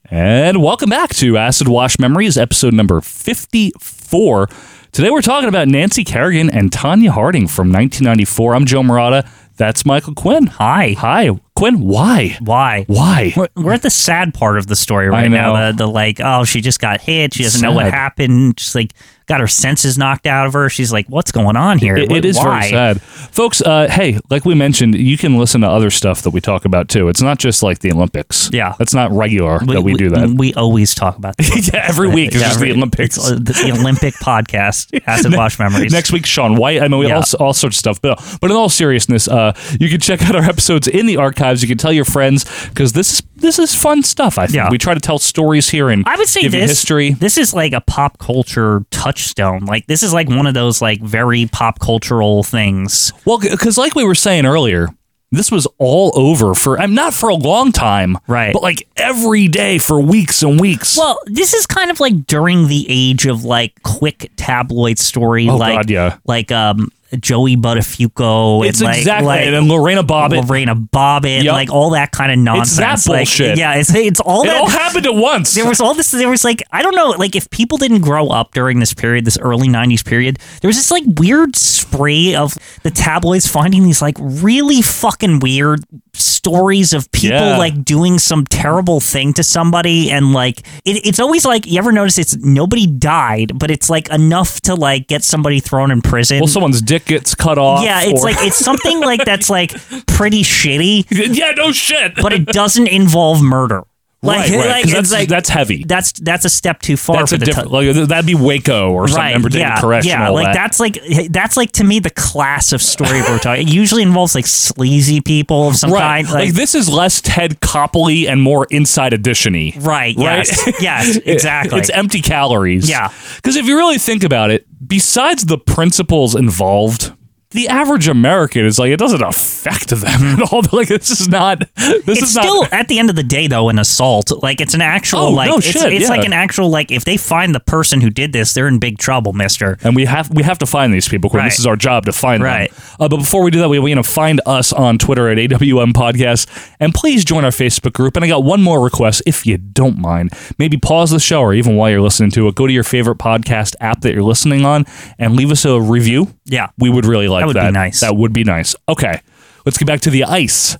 [SPEAKER 2] And welcome back to Acid Wash Memories, episode number 54. Today we're talking about Nancy Kerrigan and Tanya Harding from 1994. I'm Joe Murata. That's Michael Quinn.
[SPEAKER 3] Hi.
[SPEAKER 2] Hi. Quinn, why?
[SPEAKER 3] Why?
[SPEAKER 2] Why?
[SPEAKER 3] We're, we're at the sad part of the story
[SPEAKER 2] I
[SPEAKER 3] right
[SPEAKER 2] know.
[SPEAKER 3] now. The, the like, oh, she just got hit. She doesn't know what
[SPEAKER 2] Sad.
[SPEAKER 3] happened. Just like got her senses knocked out of her. She's like, what's going on here?
[SPEAKER 2] It- it
[SPEAKER 3] Wh-
[SPEAKER 2] is
[SPEAKER 3] Why?
[SPEAKER 2] very sad, folks. Uh, hey, like we mentioned, you can listen to other stuff that we talk about too. It's not just like the Olympics. Yeah, it's not regular that we do that.
[SPEAKER 3] We always talk about that. uh,
[SPEAKER 2] yeah, every week it's uh, just the Olympics.
[SPEAKER 3] the, the Olympic podcast, Acid Wash Memories.
[SPEAKER 2] Next week, Sean White. I mean, we
[SPEAKER 3] Yeah.
[SPEAKER 2] all, all sorts of stuff. But, but in all seriousness, uh, you can check out our episodes in the archives. You can tell your friends because this is this is fun stuff. I think we try to tell stories here and
[SPEAKER 3] I would say
[SPEAKER 2] give you
[SPEAKER 3] this
[SPEAKER 2] history.
[SPEAKER 3] This is like a pop culture touchstone. Like this is like one of those like very pop cultural things.
[SPEAKER 2] Well, because like we were saying earlier, This was all over for I'm not for a long time, right? But like every day for weeks and weeks.
[SPEAKER 3] Well, this is kind of like during the age of like quick tabloid story,
[SPEAKER 2] Oh,
[SPEAKER 3] like
[SPEAKER 2] God, yeah.
[SPEAKER 3] like um Joey Buttafuoco.
[SPEAKER 2] It's
[SPEAKER 3] and like,
[SPEAKER 2] exactly
[SPEAKER 3] like,
[SPEAKER 2] it, and Lorena Bobbitt.
[SPEAKER 3] Lorena Bobbitt,
[SPEAKER 2] Yep.
[SPEAKER 3] like all that kind of
[SPEAKER 2] It's that
[SPEAKER 3] nonsense. Like,
[SPEAKER 2] bullshit.
[SPEAKER 3] yeah, it's it's all
[SPEAKER 2] It
[SPEAKER 3] that
[SPEAKER 2] all happened at once.
[SPEAKER 3] There was all this. There was like I don't know, like if people didn't grow up during this period, this early '90s period, there was this like weird spray of the tabloids finding these like really fucking weird stories of people
[SPEAKER 2] Yeah.
[SPEAKER 3] like doing some terrible thing to somebody and like it, it's always like you ever notice it's nobody died but it's like enough to like get somebody thrown in prison
[SPEAKER 2] Well, someone's dick gets cut off.
[SPEAKER 3] yeah, it's
[SPEAKER 2] or-
[SPEAKER 3] like it's something like that's like pretty shitty.
[SPEAKER 2] Yeah, no shit.
[SPEAKER 3] But it doesn't involve murder. Like,
[SPEAKER 2] Right, right, 'cause
[SPEAKER 3] like,
[SPEAKER 2] that's-
[SPEAKER 3] it's like
[SPEAKER 2] that's heavy.
[SPEAKER 3] That's that's a step too far.
[SPEAKER 2] that's
[SPEAKER 3] for
[SPEAKER 2] a
[SPEAKER 3] the
[SPEAKER 2] different. like, that'd be Waco or something.
[SPEAKER 3] right?
[SPEAKER 2] Remember David
[SPEAKER 3] Yeah,
[SPEAKER 2] Koresh and
[SPEAKER 3] yeah.
[SPEAKER 2] all
[SPEAKER 3] Like
[SPEAKER 2] that.
[SPEAKER 3] that's like that's like to me the class of story we're talking. It usually involves like sleazy people of some
[SPEAKER 2] right.
[SPEAKER 3] kind.
[SPEAKER 2] Like, this is less Ted Copley and more Inside Edition-y.
[SPEAKER 3] Right. Yes. yes.
[SPEAKER 2] It-
[SPEAKER 3] Exactly.
[SPEAKER 2] it's empty calories.
[SPEAKER 3] Yeah.
[SPEAKER 2] Because if you really think about it, besides the principles involved. The average American is like it doesn't affect them at all. Like this is not. This
[SPEAKER 3] it's
[SPEAKER 2] is not-
[SPEAKER 3] still at the end of the day though an assault. Like it's an actual
[SPEAKER 2] Oh,
[SPEAKER 3] like
[SPEAKER 2] no
[SPEAKER 3] it's,
[SPEAKER 2] shit,
[SPEAKER 3] it's
[SPEAKER 2] yeah.
[SPEAKER 3] like an actual like if they find the person who did this, they're in big trouble, Mister.
[SPEAKER 2] and we have we have to find these people. Quinn. This
[SPEAKER 3] Right.
[SPEAKER 2] is our job to find
[SPEAKER 3] Right.
[SPEAKER 2] them. Uh, but before we do that, we want to find us on Twitter at AWM Podcast, and please join our Facebook group. And I got one more request, if you don't mind. Maybe pause the show, or even while you're listening to it, go to your favorite podcast app that you're listening on, and leave us a review.
[SPEAKER 3] Yeah.
[SPEAKER 2] we would really like that.
[SPEAKER 3] That would be nice.
[SPEAKER 2] That would be nice. Okay, let's get back to the ice.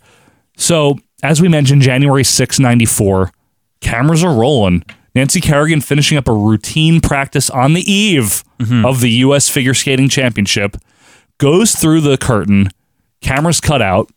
[SPEAKER 2] So, as we mentioned, January 6, 94, cameras are rolling. Nancy Kerrigan finishing up a routine practice on the eve
[SPEAKER 3] Mm-hmm.
[SPEAKER 2] of the U.S. Figure Skating Championship, goes through the curtain, cameras cut out.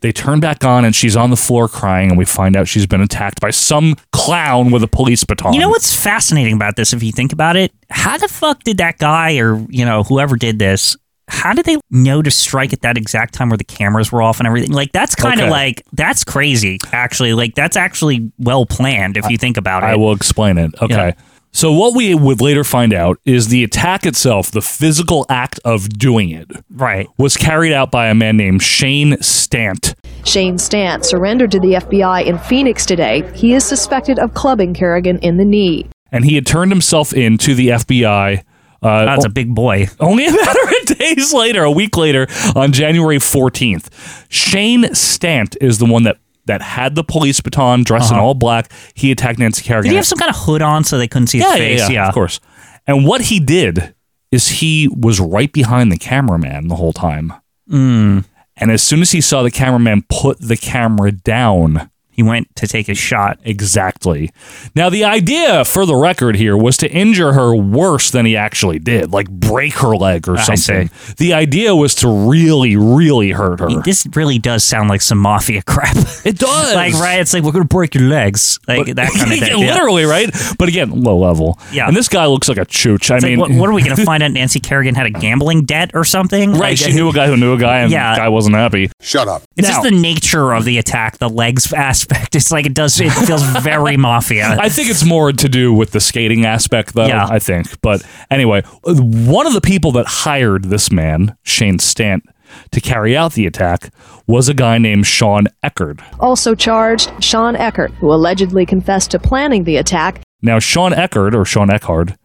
[SPEAKER 2] They turn back on and she's on the floor crying, and we find out she's been attacked by some clown with a police baton.
[SPEAKER 3] You know what's fascinating about this, if you think about it? How the fuck did that guy or, you know, whoever did this, how did they know to strike at that exact time where the cameras were off and everything? Like, that's kind of
[SPEAKER 2] Okay.
[SPEAKER 3] like, that's crazy, actually. Like, that's actually well planned if you think about it.
[SPEAKER 2] I will explain it. Okay. So what we would later find out is the attack itself, the physical act of doing it,
[SPEAKER 3] right,
[SPEAKER 2] was carried out by a man named Shane Stant.
[SPEAKER 4] Shane Stant surrendered to the FBI in Phoenix today. He is suspected of clubbing Kerrigan in the knee.
[SPEAKER 2] and he had turned himself in to the FBI. Uh,
[SPEAKER 3] That's a big boy.
[SPEAKER 2] Only a matter of days later, a week later, on January 14th, Shane Stant is the one that that had the police baton, dressed in all black. He attacked Nancy Kerrigan.
[SPEAKER 3] Uh-huh. Did he have some kind of hood on so they couldn't see his
[SPEAKER 2] yeah,
[SPEAKER 3] face?
[SPEAKER 2] Yeah, yeah, of course. And what he did is he was right behind the cameraman the whole time.
[SPEAKER 3] Mm.
[SPEAKER 2] And as soon as he saw the cameraman put the camera down,
[SPEAKER 3] he went to take his shot.
[SPEAKER 2] Exactly. Now, the idea for the record here was to injure her worse than he actually did, like break her leg or
[SPEAKER 3] I
[SPEAKER 2] something. The idea was to really, really hurt her.
[SPEAKER 3] This really does sound like some mafia crap.
[SPEAKER 2] It does.
[SPEAKER 3] like, right? It's like, we're going to break your legs. Like, that kind of
[SPEAKER 2] Yeah,
[SPEAKER 3] thing. Yeah.
[SPEAKER 2] literally, right? But again, low level.
[SPEAKER 3] Yeah.
[SPEAKER 2] And this guy looks like a chooch. I
[SPEAKER 3] It's
[SPEAKER 2] mean,
[SPEAKER 3] like, what, what are we going to find out? Nancy Kerrigan had a gambling debt or something?
[SPEAKER 2] Right.
[SPEAKER 3] Like,
[SPEAKER 2] She knew a guy who knew a guy, and
[SPEAKER 3] Yeah.
[SPEAKER 2] the guy wasn't happy.
[SPEAKER 7] Shut up.
[SPEAKER 3] It's just the nature of the attack, the legs aspect. It's like it does. It feels very mafia.
[SPEAKER 2] I think it's more to do with the skating aspect, though.
[SPEAKER 3] Yeah.
[SPEAKER 2] I think. But anyway, one of the people that hired this man, Shane Stant, to carry out the attack was a guy named Sean Eckerd.
[SPEAKER 4] Also charged, Sean Eckert, who allegedly confessed to planning the attack.
[SPEAKER 2] Now, Sean Eckerd, or Sean Eckhard,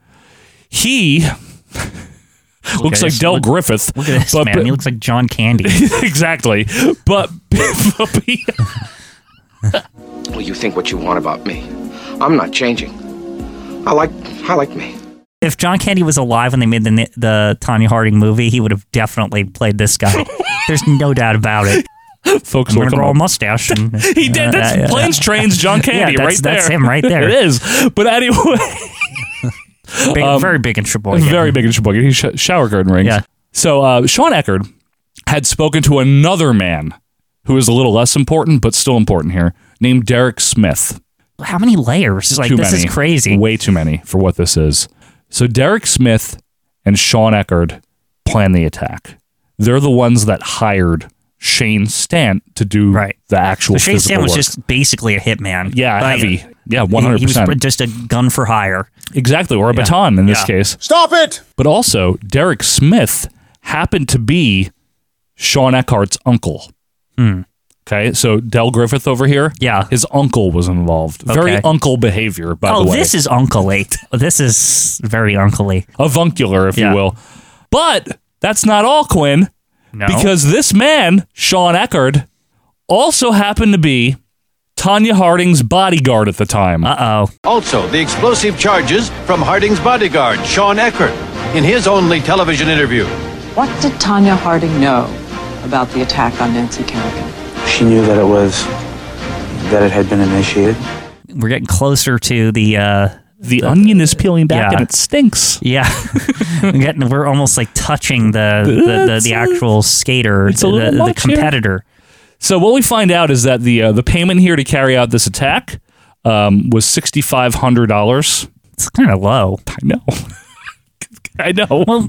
[SPEAKER 2] he looks
[SPEAKER 3] at
[SPEAKER 2] like
[SPEAKER 3] this.
[SPEAKER 2] Del
[SPEAKER 3] Look-
[SPEAKER 2] Griffith.
[SPEAKER 3] Look at this
[SPEAKER 2] but-
[SPEAKER 3] man. he looks like John Candy.
[SPEAKER 2] exactly. But
[SPEAKER 5] Well, you think what you want about me. I'm not changing. I like I like me.
[SPEAKER 3] If John Candy was alive when they made the the Tanya Harding movie, he would have definitely played this guy. There's no doubt about it.
[SPEAKER 2] Folks,
[SPEAKER 3] I'm gonna
[SPEAKER 2] look him
[SPEAKER 3] grow a
[SPEAKER 2] up.
[SPEAKER 3] mustache. And, uh,
[SPEAKER 2] he did. That's
[SPEAKER 3] Yeah, yeah.
[SPEAKER 2] planes, trains, John
[SPEAKER 3] Yeah,
[SPEAKER 2] Candy,
[SPEAKER 3] that's-
[SPEAKER 2] right there.
[SPEAKER 3] That's him right there.
[SPEAKER 2] it is. But anyway,
[SPEAKER 3] Big-
[SPEAKER 2] Um,
[SPEAKER 3] very big in Sheboygan.
[SPEAKER 2] Very big in Sheboygan. He sh- shower curtain rings. Yeah. So uh, Sean Eckerd had spoken to another man who is a little less important, but still important here, named Derek Smith.
[SPEAKER 3] How many layers? Like
[SPEAKER 2] Too
[SPEAKER 3] this
[SPEAKER 2] many.
[SPEAKER 3] is crazy.
[SPEAKER 2] Way too many for what this is. So Derek Smith and Sean Eckerd plan the attack. They're the ones that hired Shane Stant to do the actual.
[SPEAKER 3] So Shane Stan
[SPEAKER 2] physical
[SPEAKER 3] was
[SPEAKER 2] work.
[SPEAKER 3] just basically a hitman.
[SPEAKER 2] Yeah,
[SPEAKER 3] Like,
[SPEAKER 2] heavy. Yeah,
[SPEAKER 3] he-
[SPEAKER 2] one hundred
[SPEAKER 3] He was
[SPEAKER 2] percent.
[SPEAKER 3] just a gun for hire.
[SPEAKER 2] Exactly, or a
[SPEAKER 3] Yeah.
[SPEAKER 2] baton in this
[SPEAKER 3] Yeah.
[SPEAKER 2] case.
[SPEAKER 7] Stop it!
[SPEAKER 2] But also,
[SPEAKER 3] Hmm.
[SPEAKER 2] Derek Smith happened to be Sean Eckhart's uncle. Okay, so Del Griffith over here. Yeah, his uncle was involved. Very
[SPEAKER 3] Okay.
[SPEAKER 2] uncle behavior, by
[SPEAKER 3] oh,
[SPEAKER 2] the way.
[SPEAKER 3] this is uncleate. This is very uncleate.
[SPEAKER 2] avuncular, if
[SPEAKER 3] Yeah.
[SPEAKER 2] you will. But that's not all, Quinn.
[SPEAKER 3] No.
[SPEAKER 2] Because this man, Sean Eckard, also happened to be Tanya Harding's bodyguard at the time. Uh oh.
[SPEAKER 6] Also, the explosive charges from Harding's bodyguard, Sean Eckert, in his only television interview.
[SPEAKER 8] What did Tanya Harding know about the attack on Nancy Kerrigan?
[SPEAKER 23] She knew that it was, that it had been initiated.
[SPEAKER 3] We're getting closer to the. Uh,
[SPEAKER 2] the, onion is peeling back and it stinks.
[SPEAKER 3] Yeah, we're, getting, we're almost like touching the the, the,
[SPEAKER 2] It's
[SPEAKER 3] the
[SPEAKER 2] a-
[SPEAKER 3] actual skater,
[SPEAKER 2] it's a
[SPEAKER 3] the,
[SPEAKER 2] little
[SPEAKER 3] the
[SPEAKER 2] much here.
[SPEAKER 3] competitor.
[SPEAKER 2] So what we find out is that the uh, the payment here to carry out this attack um, was sixty five hundred dollars.
[SPEAKER 3] It's kind of low.
[SPEAKER 2] I know. I know.
[SPEAKER 3] Well,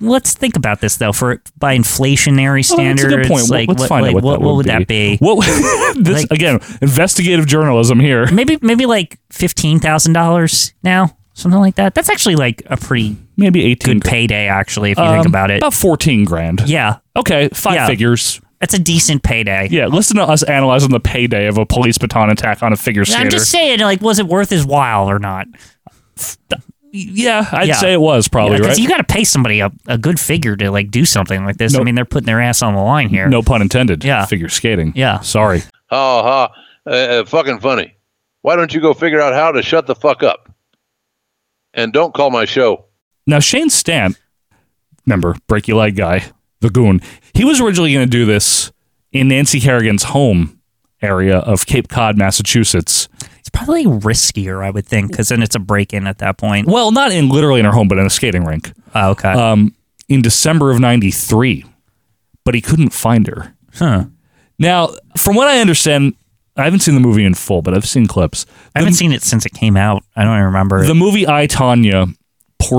[SPEAKER 3] let's think about this though. For by inflationary
[SPEAKER 2] Well, Oh, that's
[SPEAKER 3] standards,
[SPEAKER 2] a good point.
[SPEAKER 3] like
[SPEAKER 2] Let's
[SPEAKER 3] what,
[SPEAKER 2] find out what
[SPEAKER 3] like, what,
[SPEAKER 2] that would
[SPEAKER 3] would that be?
[SPEAKER 2] What this again? Investigative journalism here.
[SPEAKER 3] Maybe maybe like fifteen thousand dollars now, something like that. That's actually like a pretty
[SPEAKER 2] maybe eighteen
[SPEAKER 3] good payday actually if you
[SPEAKER 2] Um,
[SPEAKER 3] think about it.
[SPEAKER 2] about fourteen grand.
[SPEAKER 3] Yeah.
[SPEAKER 2] Okay, five
[SPEAKER 3] Yeah.
[SPEAKER 2] figures.
[SPEAKER 3] That's a decent payday.
[SPEAKER 2] Yeah, listen to us analyzing the payday of a police baton attack on a figure skater.
[SPEAKER 3] I'm just saying, like, was it worth his while or not?
[SPEAKER 2] Yeah, I'd
[SPEAKER 3] Yeah.
[SPEAKER 2] say it was probably
[SPEAKER 3] Yeah, 'cause
[SPEAKER 2] Oh, right.
[SPEAKER 3] You got to pay somebody a, a good figure to like do something like this. I
[SPEAKER 2] Nope.
[SPEAKER 3] mean, they're putting their ass on the line here.
[SPEAKER 2] No pun intended. Yeah, figure skating. Yeah, sorry.
[SPEAKER 24] Ha ha. Uh, uh, fucking funny. Why don't you go figure out how to shut the fuck up? And don't call my show.
[SPEAKER 2] Now Shane Stant, remember break your leg guy, the goon. He was originally going to do this in Nancy Kerrigan's home area of Cape Cod, Massachusetts.
[SPEAKER 3] It's probably riskier, I would think, because then it's a break in at that point.
[SPEAKER 2] Well, not in literally in her home, but in a skating rink.
[SPEAKER 3] Oh, okay.
[SPEAKER 2] Um, in December of '93, but he couldn't find her.
[SPEAKER 3] Huh.
[SPEAKER 2] Now, from what I understand, I haven't seen the movie in full, but I've seen clips.
[SPEAKER 3] I haven't seen it since it came out. I don't even remember. it.
[SPEAKER 2] um, The movie I Tanya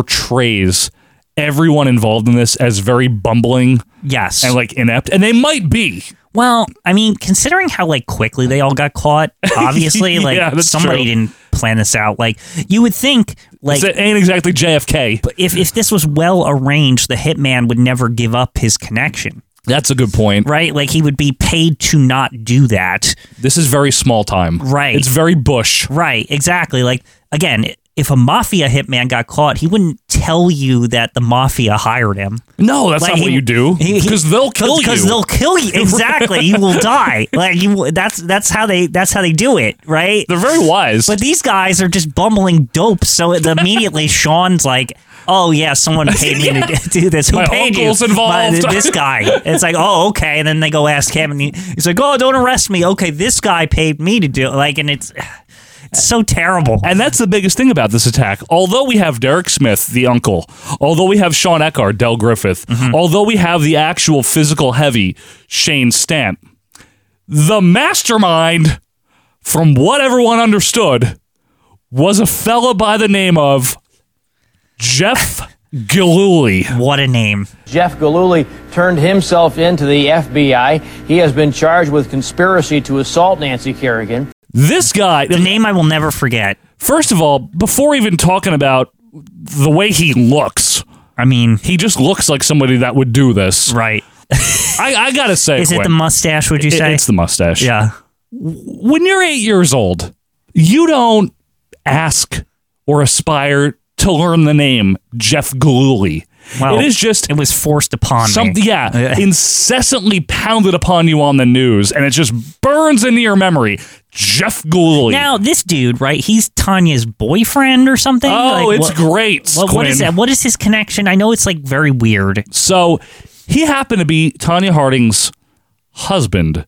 [SPEAKER 2] portrays everyone involved in this as very bumbling,
[SPEAKER 3] yes,
[SPEAKER 2] and like inept, and they might be.
[SPEAKER 3] Well, I mean, considering how like quickly they all got caught, obviously, like
[SPEAKER 2] Yeah, that's
[SPEAKER 3] somebody
[SPEAKER 2] true.
[SPEAKER 3] didn't plan this out. Like you would think, like
[SPEAKER 2] it ain't exactly JFK.
[SPEAKER 3] But if if this was well arranged, the hitman would never give up his connection.
[SPEAKER 2] That's a good point,
[SPEAKER 3] right? Like he would be paid to not do that.
[SPEAKER 2] This is very small time,
[SPEAKER 3] right?
[SPEAKER 2] It's very Bush,
[SPEAKER 3] right? Exactly. Like again, if a mafia hitman got caught, he wouldn't tell you that the mafia hired him.
[SPEAKER 2] No, that's not what you do. Because they'll kill
[SPEAKER 3] Because
[SPEAKER 2] you.
[SPEAKER 3] they'll kill you. Exactly. you will die. Like you. will- That's that's how they that's how they do it. Right. They're
[SPEAKER 2] very wise.
[SPEAKER 3] But these guys are just bumbling dopes. So it- immediately Sean's like. Oh yeah, someone paid me
[SPEAKER 2] Yeah.
[SPEAKER 3] to do this. Who
[SPEAKER 2] My
[SPEAKER 3] paid
[SPEAKER 2] uncle's
[SPEAKER 3] you? My-
[SPEAKER 2] involved."
[SPEAKER 3] this guy. It's like, oh okay. And then they go ask him, and he, he's like, oh, don't arrest me. Okay, this guy paid me to do it. Like, and it's it's so terrible.
[SPEAKER 2] and that's the biggest thing about this attack. Although we have Derek Smith, the uncle, although we have Sean Eckhart, Del Griffith,
[SPEAKER 3] Mm-hmm.
[SPEAKER 2] although we have the actual physical heavy Shane Stant, the mastermind, from what everyone understood, was a fella by the name of Jeff Gillooly.
[SPEAKER 3] What a name!
[SPEAKER 6] Jeff Galuli turned himself into the FBI. He has been charged with conspiracy to assault Nancy Kerrigan.
[SPEAKER 2] This guy, the
[SPEAKER 3] name I will never forget.
[SPEAKER 2] First of all, before even talking about the way he looks,
[SPEAKER 3] I mean,
[SPEAKER 2] he just looks like somebody that would do this,
[SPEAKER 3] right?
[SPEAKER 2] I, I gotta say,
[SPEAKER 3] Is it
[SPEAKER 2] Quinn,
[SPEAKER 3] the mustache? Would you
[SPEAKER 2] it-
[SPEAKER 3] say
[SPEAKER 2] it's the mustache?
[SPEAKER 3] Yeah.
[SPEAKER 2] When you're eight years old, you don't ask or aspire to learn the name Jeff Gillooly.
[SPEAKER 3] Well,
[SPEAKER 2] it is just
[SPEAKER 3] it was forced upon me.
[SPEAKER 2] something, yeah, incessantly pounded upon you on the news, and it just burns into your memory. Jeff Gillooly.
[SPEAKER 3] Now this dude, right? He's Tanya's boyfriend or something.
[SPEAKER 2] Oh, it's great,
[SPEAKER 3] what- what is
[SPEAKER 2] Quinn.
[SPEAKER 3] that? What is his connection? I know it's like very weird.
[SPEAKER 2] So he happened to be Tanya Harding's husband,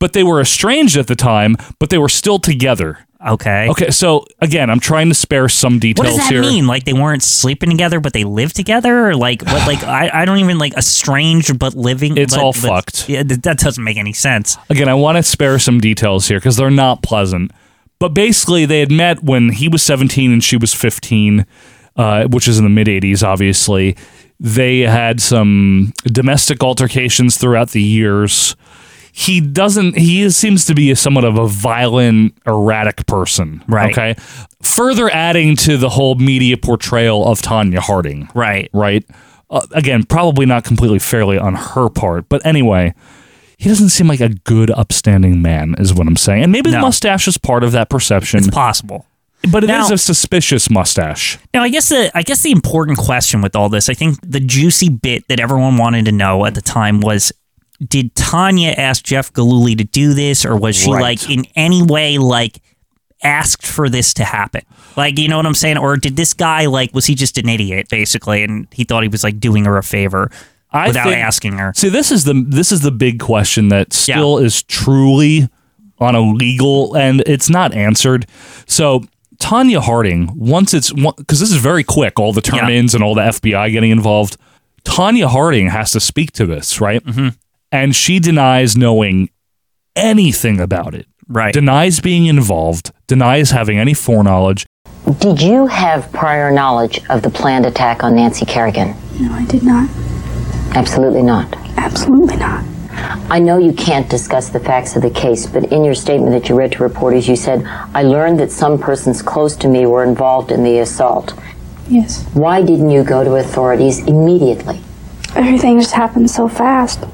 [SPEAKER 2] but they were estranged at the time, but they were still together.
[SPEAKER 3] Okay.
[SPEAKER 2] Okay. So again, I'm trying to spare some
[SPEAKER 3] What
[SPEAKER 2] details
[SPEAKER 3] does that
[SPEAKER 2] here.
[SPEAKER 3] mean? Like they weren't sleeping together, but they lived together, or like what? Like I, I don't even like estranged but living.
[SPEAKER 2] It's
[SPEAKER 3] but-
[SPEAKER 2] all
[SPEAKER 3] but-
[SPEAKER 2] fucked.
[SPEAKER 3] Yeah, th- that doesn't make any sense.
[SPEAKER 2] Again, I want to spare some details here because they're not pleasant. But basically, they had met when he was 17 and she was 15, uh, which is in the mid 80s, obviously. They had some domestic altercations throughout the years. He doesn't, he is, seems to be somewhat of a violent, erratic person.
[SPEAKER 3] Right.
[SPEAKER 2] Okay. Further adding to the whole media portrayal of Tanya Harding.
[SPEAKER 3] Right.
[SPEAKER 2] Right. Uh, again, probably not completely fairly on her part. But anyway, he doesn't seem like a good, upstanding man, is what I'm saying. And maybe the mustache is part of that perception. It's
[SPEAKER 3] possible.
[SPEAKER 2] But it is
[SPEAKER 3] Now-
[SPEAKER 2] a suspicious mustache.
[SPEAKER 3] Now, I guess the I guess the important question with all this, I think the juicy bit that everyone wanted to know at the time was, did Tanya ask Jeff Galooly to do this, or was she
[SPEAKER 2] Right.
[SPEAKER 3] like in any way like asked for this to happen? Like, you know what I'm saying? Or did this guy like was he just an idiot basically, and he thought he was like doing her a favor
[SPEAKER 2] I
[SPEAKER 3] without
[SPEAKER 2] think-
[SPEAKER 3] asking her?
[SPEAKER 2] See, this is the this is the big question that still is truly on a legal and it's not answered. So Tanya Harding, once it's because this is very quick, all the turn ins and all the FBI getting involved. Tanya Harding has to speak to this, right? And she denies knowing anything about it.
[SPEAKER 3] Right.
[SPEAKER 2] Denies being involved. Denies having any foreknowledge.
[SPEAKER 9] Did you have prior knowledge of the planned attack on Nancy Kerrigan?
[SPEAKER 18] No, I did not.
[SPEAKER 9] Absolutely not.
[SPEAKER 18] Absolutely not.
[SPEAKER 9] I know you can't discuss the facts of the case, but in your statement that you read to reporters, you said, I learned that some persons close to me were involved in the assault.
[SPEAKER 18] Yes.
[SPEAKER 9] Why didn't you go to authorities immediately?
[SPEAKER 18] Everything just happened so fast.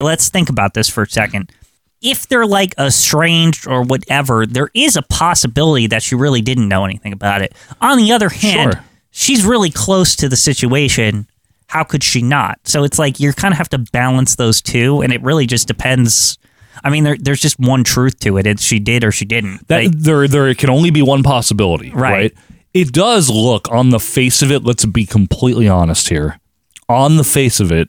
[SPEAKER 3] Let's think about this for a second. If they're like estranged or whatever, there is a possibility that she really didn't know anything about it. On the other hand,
[SPEAKER 2] Sure.
[SPEAKER 3] she's really close to the situation. How could she not? So it's like you kind of have to balance those two, and it really just depends. I mean, there, there's just one truth to it. It's she did or she didn't.
[SPEAKER 2] That there there can only be one possibility, right. It does look on the face of it, let's be completely honest here. On the face of it,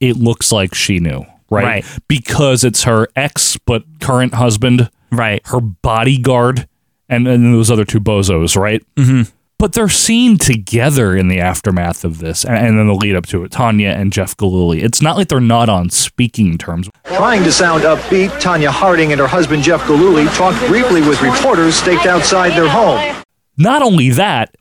[SPEAKER 2] it looks like she knew, right?
[SPEAKER 3] Right.
[SPEAKER 2] Because it's her ex but current husband,
[SPEAKER 3] right?
[SPEAKER 2] Her bodyguard and then those other two bozos, right?
[SPEAKER 3] Mhm.
[SPEAKER 2] But they're seen together in the aftermath of this and, and then the lead up to it, Tanya and Jeff Galooly. It's not like they're not on speaking terms.
[SPEAKER 10] Trying to sound upbeat, Tanya Harding and her husband Jeff Galooly talked briefly with reporters staked outside their home.
[SPEAKER 2] Not only that,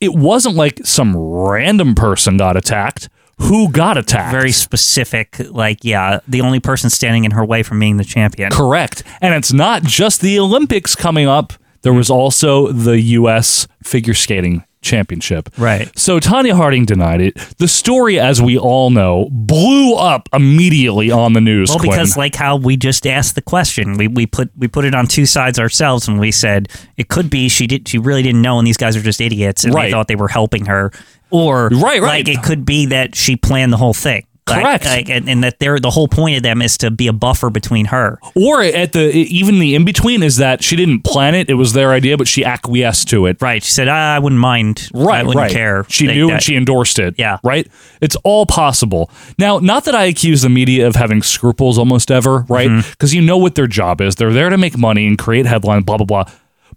[SPEAKER 2] it wasn't like some random person got attacked. Who got attacked?
[SPEAKER 3] Very specific. Like, yeah, the only person standing in her way from being the champion.
[SPEAKER 2] Correct. And it's not just the Olympics coming up. There was also the U.S. Figure Skating Championship.
[SPEAKER 3] Right.
[SPEAKER 2] So Tanya Harding denied it. The story, as we all know, blew up immediately on the news.
[SPEAKER 3] Well,
[SPEAKER 2] Quinn.
[SPEAKER 3] because like how we just asked the question, we, we put we put it on two sides ourselves, and we said it could be she did she really didn't know, and these guys are just idiots, and
[SPEAKER 2] Right.
[SPEAKER 3] they thought they were helping her, or
[SPEAKER 2] Right, right.
[SPEAKER 3] like it could be that she planned the whole thing, Like-
[SPEAKER 2] Correct.
[SPEAKER 3] like, and, and that they're the whole point of them is to be a buffer between her.
[SPEAKER 2] or at the even the in between is that she didn't plan it; it was their idea, but she acquiesced to it.
[SPEAKER 3] Right. She said, "Ah, "I wouldn't mind.
[SPEAKER 2] Right.
[SPEAKER 3] I wouldn't
[SPEAKER 2] right.
[SPEAKER 3] care."
[SPEAKER 2] She
[SPEAKER 3] They-
[SPEAKER 2] knew and
[SPEAKER 3] that-
[SPEAKER 2] she endorsed it. Yeah. Right. It's all possible. Now, not that I accuse the media of having scruples almost ever, right?
[SPEAKER 3] Mm-hmm.
[SPEAKER 2] Because you know what their job is. They're there to make money and create headlines, blah, blah, blah.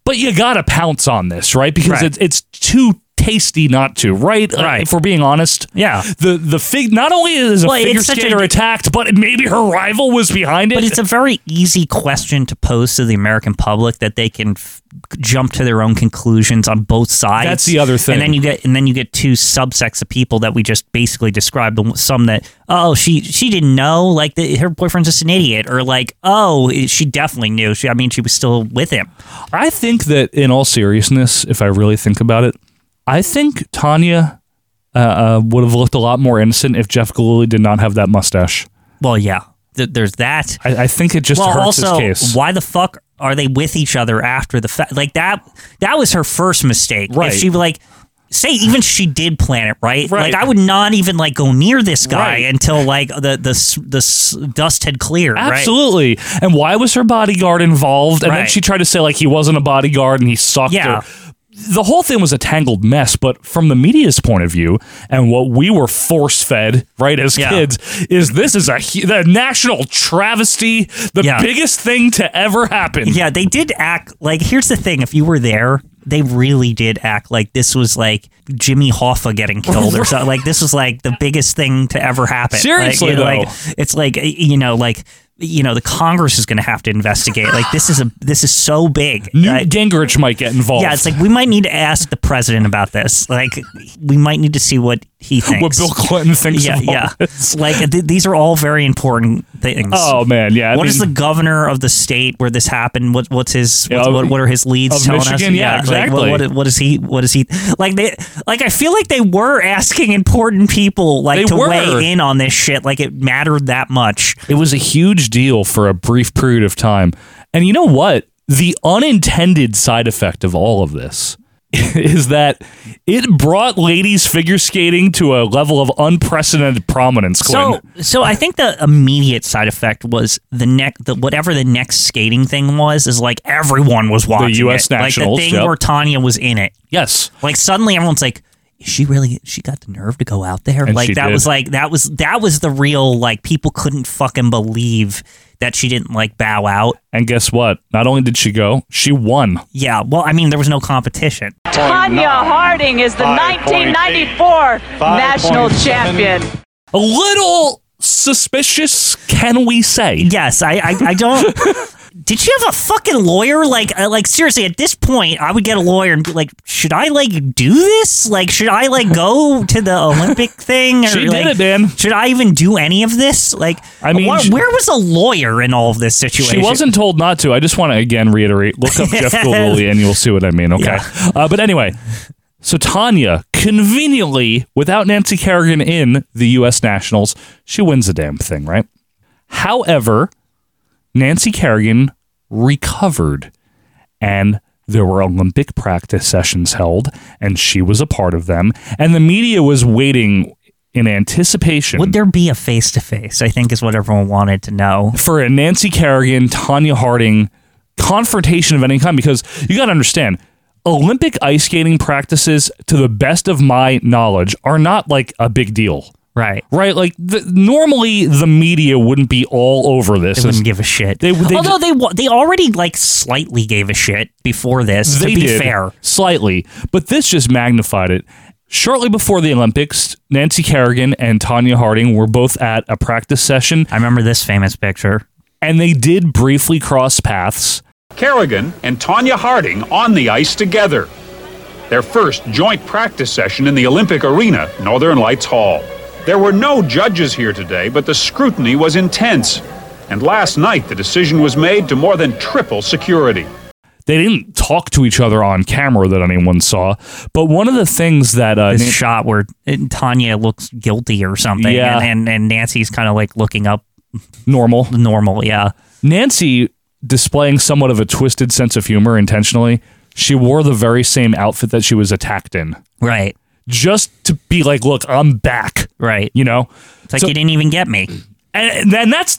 [SPEAKER 2] But you got to pounce on this, right? Because
[SPEAKER 3] Right.
[SPEAKER 2] It's, it's too tasty not to, right? Right. if we're being honest.
[SPEAKER 3] Yeah.
[SPEAKER 2] The the fig not only is a
[SPEAKER 3] Well, it's
[SPEAKER 2] figure
[SPEAKER 3] such a-
[SPEAKER 2] skater attacked, but maybe her rival was behind it.
[SPEAKER 3] But it's a very easy question to pose to the American public that they can f- jump to their own conclusions on both sides.
[SPEAKER 2] That's the other thing.
[SPEAKER 3] And then you get and then you get two subsects of people that we just basically described. The one- Some that oh she she didn't know like the, her boyfriend's just an idiot or like oh she definitely knew. She I mean she was still with him.
[SPEAKER 2] I think that in all seriousness, if I really think about it, I think Tanya uh, uh, would have looked a lot more innocent if Jeff Galooly did not have that mustache.
[SPEAKER 3] Well, yeah, Th- there's that.
[SPEAKER 2] I, I think it just
[SPEAKER 3] well,
[SPEAKER 2] hurts
[SPEAKER 3] also,
[SPEAKER 2] his case.
[SPEAKER 3] Why the fuck are they with each other after the fact? Like that that was her first mistake.
[SPEAKER 2] Right.
[SPEAKER 3] If she like say even she did plan it, right?
[SPEAKER 2] Right.
[SPEAKER 3] Like I would not even like go near this guy
[SPEAKER 2] Right.
[SPEAKER 3] until like the the s- the s- dust had cleared, right?
[SPEAKER 2] Absolutely. And why was her bodyguard involved? And then
[SPEAKER 3] Right.
[SPEAKER 2] she tried to say like he wasn't a bodyguard and he sucked
[SPEAKER 3] Yeah.
[SPEAKER 2] her. The whole thing was a tangled mess, but from the media's point of view, and what we were force fed, right, as
[SPEAKER 3] Yeah.
[SPEAKER 2] kids, is this is a hu- the national travesty, the
[SPEAKER 3] Yeah.
[SPEAKER 2] biggest thing to ever happen.
[SPEAKER 3] Yeah, they did act like. Here's the thing: if you were there, they really did act like this was like Jimmy Hoffa getting killed or something. Like this was like the biggest thing to ever happen. Like,
[SPEAKER 2] Seriously,
[SPEAKER 3] you know, like,
[SPEAKER 2] though.
[SPEAKER 3] it's like you know, like you know, the Congress is going to have to investigate. Like this is a this is so big.
[SPEAKER 2] Newt Gingrich might get involved.
[SPEAKER 3] Yeah, it's like we might need to ask the president about this. Like we might need to see what he thinks.
[SPEAKER 2] What Bill Clinton thinks
[SPEAKER 3] Yeah,
[SPEAKER 2] of all
[SPEAKER 3] yeah. Like th- these are all very important things.
[SPEAKER 2] Oh, man, yeah, I
[SPEAKER 3] What is
[SPEAKER 2] mean-
[SPEAKER 3] the governor of the state where this happened? What what's his? What,
[SPEAKER 2] Yeah,
[SPEAKER 3] what, what are his leads
[SPEAKER 2] of
[SPEAKER 3] telling us?
[SPEAKER 2] Michigan? Yeah,
[SPEAKER 3] like, what- what,
[SPEAKER 2] exactly.
[SPEAKER 3] what is he? What is he? Like they? Like I feel like they were asking important people like
[SPEAKER 2] They
[SPEAKER 3] to
[SPEAKER 2] were.
[SPEAKER 3] weigh in on this shit. Like it mattered that much.
[SPEAKER 2] It was a huge deal for a brief period of time. And you know what? The unintended side effect of all of this is that it brought ladies figure skating to a level of unprecedented prominence. Quinn.
[SPEAKER 3] So, so I think the immediate side effect was the neck, the whatever the next skating thing was, is like everyone was watching
[SPEAKER 2] US
[SPEAKER 3] it.
[SPEAKER 2] Nationals,
[SPEAKER 3] like the thing
[SPEAKER 2] yep.
[SPEAKER 3] where Tanya was in it.
[SPEAKER 2] Yes,
[SPEAKER 3] like suddenly everyone's like, is she really? She got the nerve to go out there.
[SPEAKER 2] And she
[SPEAKER 3] like that
[SPEAKER 2] did.
[SPEAKER 3] was like that was that was the real like people couldn't fucking believe that she didn't like bow out.
[SPEAKER 2] And guess what? Not only did she go, she won.
[SPEAKER 3] Yeah, well, I mean, there was no competition.
[SPEAKER 11] Tanya Harding is the 1994 national champion.
[SPEAKER 2] A little suspicious, can we say?
[SPEAKER 3] Yes, I, I, I don't. Did she have a fucking lawyer? Like, uh, like seriously, at this point, I would get a lawyer and be like, "Should I like do this? Like, should I like go to the Olympic thing? Or,
[SPEAKER 2] She did
[SPEAKER 3] like,
[SPEAKER 2] it, man.
[SPEAKER 3] Should I even do any of this? Like, I
[SPEAKER 2] mean, she-
[SPEAKER 3] where was a lawyer in all of this situation?
[SPEAKER 2] She wasn't told not to. I just want to again reiterate. Look up Jeff Goldblum and you'll see what I mean. Okay. Uh, but anyway, so Tanya conveniently, without Nancy Kerrigan in the U.S. Nationals, she wins the damn thing, right? However, Nancy Kerrigan recovered, and there were Olympic practice sessions held, and she was a part of them, and the media was waiting in anticipation.
[SPEAKER 3] Would there be a face to face? I think is what everyone wanted to know.
[SPEAKER 2] for a Nancy Kerrigan, Tanya Harding confrontation of any kind because you got to understand Olympic ice skating practices, to the best of my knowledge, are not like a big deal.
[SPEAKER 3] Right.
[SPEAKER 2] Right. Like the, normally the media wouldn't be all over this.
[SPEAKER 3] They wouldn't give a shit.
[SPEAKER 2] They, they
[SPEAKER 3] Although they wa- they already like slightly gave a shit before this.
[SPEAKER 2] they
[SPEAKER 3] to be
[SPEAKER 2] did,
[SPEAKER 3] fair,
[SPEAKER 2] slightly, but this just magnified it. Shortly before the Olympics, Nancy Kerrigan and Tanya Harding were both at a practice session.
[SPEAKER 3] I remember this famous picture.
[SPEAKER 2] And they did briefly cross paths.
[SPEAKER 12] Kerrigan and Tanya Harding on the ice together. Their first joint practice session in the Olympic Arena, Northern Lights Hall. There were no judges here today, but the scrutiny was intense. And last night, the decision was made to more than triple security.
[SPEAKER 2] they didn't talk to each other on camera that anyone saw. But one of the things that uh,
[SPEAKER 3] this
[SPEAKER 2] Nan-
[SPEAKER 3] shot where uh, Tanya looks guilty or something,
[SPEAKER 2] Yeah.
[SPEAKER 3] and, and and Nancy's kind of like looking up.
[SPEAKER 2] normal,
[SPEAKER 3] normal, yeah.
[SPEAKER 2] Nancy displaying somewhat of a twisted sense of humor intentionally. She wore the very same outfit that she was attacked in,
[SPEAKER 3] right?
[SPEAKER 2] Just to be like, look, I'm back,
[SPEAKER 3] right?
[SPEAKER 2] You know,
[SPEAKER 3] It's like you didn't even get me.
[SPEAKER 2] and and that's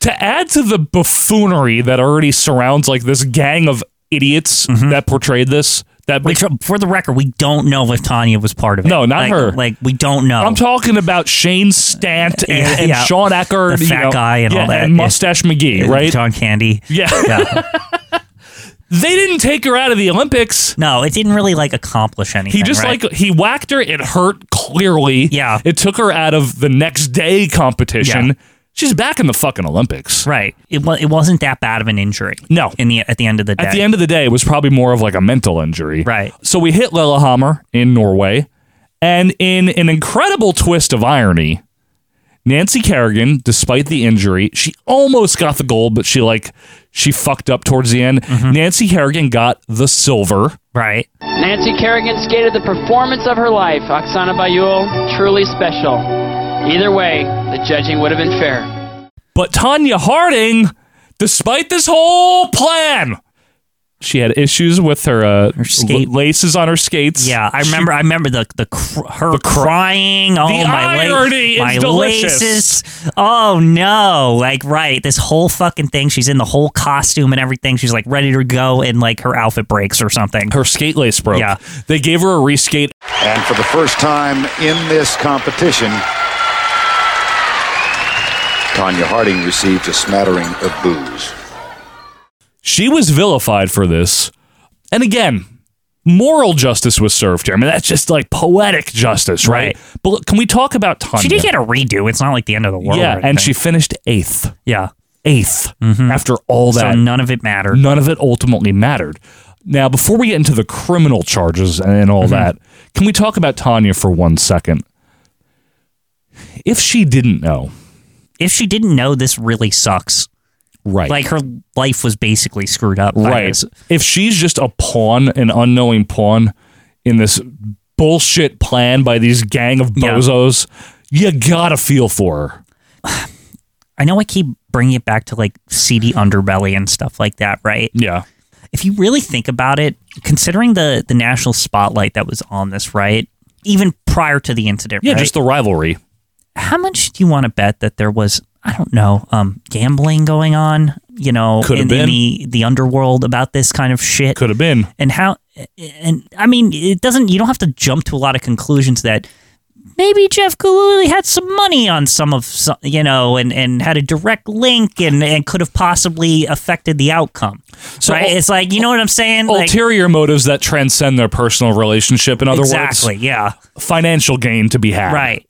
[SPEAKER 2] to add to the buffoonery that already surrounds like this gang of idiots that portrayed this. That
[SPEAKER 3] Mm-hmm. Which, uh, for the record, we don't know if Tanya was part of it.
[SPEAKER 2] No, not
[SPEAKER 3] Like-
[SPEAKER 2] her.
[SPEAKER 3] Like we don't know.
[SPEAKER 2] I'm talking about Shane Stant and,
[SPEAKER 3] Yeah,
[SPEAKER 2] and
[SPEAKER 3] yeah.
[SPEAKER 2] Sean Eckert,
[SPEAKER 3] The
[SPEAKER 2] you
[SPEAKER 3] fat
[SPEAKER 2] know,
[SPEAKER 3] guy and
[SPEAKER 2] yeah,
[SPEAKER 3] all that.
[SPEAKER 2] and Mustache McGee, right?
[SPEAKER 3] John Candy.
[SPEAKER 2] Yeah. they didn't take her out of the Olympics.
[SPEAKER 3] No, it didn't really like accomplish anything.
[SPEAKER 2] He just
[SPEAKER 3] right?
[SPEAKER 2] like he whacked her. It hurt clearly. Yeah, it took her out of the next day competition.
[SPEAKER 3] Yeah.
[SPEAKER 2] She's back in the fucking Olympics.
[SPEAKER 3] right. It was. It wasn't that bad of an injury.
[SPEAKER 2] No.
[SPEAKER 3] In the at the end of the day.
[SPEAKER 2] At the end of the day, it was probably more of like a mental injury. Right. So we hit Lillehammer in Norway, and in an incredible twist of irony, Nancy Kerrigan, despite the injury, she almost got the gold, but she like she fucked up towards the end. Nancy Kerrigan got the silver.
[SPEAKER 3] Right.
[SPEAKER 14] Nancy Kerrigan skated the performance of her life. Oksana Bayul, truly special. Either way, the judging would have been fair.
[SPEAKER 2] But Tanya Harding, despite this whole plan, she had issues with her, uh,
[SPEAKER 3] skate-
[SPEAKER 2] l- laces on her skates.
[SPEAKER 3] Yeah, I remember. I remember the the cr- her crying. Oh
[SPEAKER 2] The
[SPEAKER 3] my! la-
[SPEAKER 2] irony is
[SPEAKER 3] my
[SPEAKER 2] delicious.
[SPEAKER 3] laces. Oh no! Like right, this whole fucking thing. She's in the whole costume and everything. She's like ready to go, and like her outfit breaks or something.
[SPEAKER 2] Her skate lace broke.
[SPEAKER 3] Yeah,
[SPEAKER 2] they gave her a reskate.
[SPEAKER 15] And for the first time in this competition, Tanya Harding received a smattering of boos.
[SPEAKER 2] She was vilified for this. And again, moral justice was served here. I mean, that's just like poetic justice, right? But look, can we talk about Tanya?
[SPEAKER 3] she did get a redo. It's not like the end of the world.
[SPEAKER 2] Yeah,
[SPEAKER 3] or
[SPEAKER 2] and
[SPEAKER 3] anything.
[SPEAKER 2] she finished eighth.
[SPEAKER 3] Yeah. Mm-hmm.
[SPEAKER 2] Eighth after all
[SPEAKER 3] So
[SPEAKER 2] that.
[SPEAKER 3] none of it mattered.
[SPEAKER 2] None of it ultimately mattered. Now,
[SPEAKER 3] Mm-hmm.
[SPEAKER 2] before we get into the criminal charges and all that, can we talk about Tanya for one second? If she didn't know,
[SPEAKER 3] if she didn't know, this really sucks.
[SPEAKER 2] Right.
[SPEAKER 3] Like her life was basically screwed up. by
[SPEAKER 2] right.
[SPEAKER 3] this.
[SPEAKER 2] If she's just a pawn, an unknowing pawn in this bullshit plan by these gang of
[SPEAKER 3] Yeah.
[SPEAKER 2] bozos, you gotta feel for her.
[SPEAKER 3] I know I keep bringing it back to like seedy underbelly and stuff like that, right?
[SPEAKER 2] Yeah.
[SPEAKER 3] If you really think about it, considering the the national spotlight that was on this, right? Even prior to the incident,
[SPEAKER 2] Yeah,
[SPEAKER 3] right?
[SPEAKER 2] just the rivalry.
[SPEAKER 3] how much do you want to bet that there was I don't know um, gambling going on? You know,
[SPEAKER 2] Could have
[SPEAKER 3] in,
[SPEAKER 2] been.
[SPEAKER 3] in the the underworld about this kind of shit.
[SPEAKER 2] Could have been.
[SPEAKER 3] And how? And I mean, it doesn't. You don't have to jump to a lot of conclusions that maybe Jeff Gillooly had some money on some of some, you know, and and had a direct link and and could have possibly affected the outcome. So right? it's like you know what I'm saying. Like,
[SPEAKER 2] Ulterior motives that transcend their personal relationship. In other
[SPEAKER 3] Exactly,
[SPEAKER 2] words,
[SPEAKER 3] yeah.
[SPEAKER 2] financial gain to be had.
[SPEAKER 3] Right.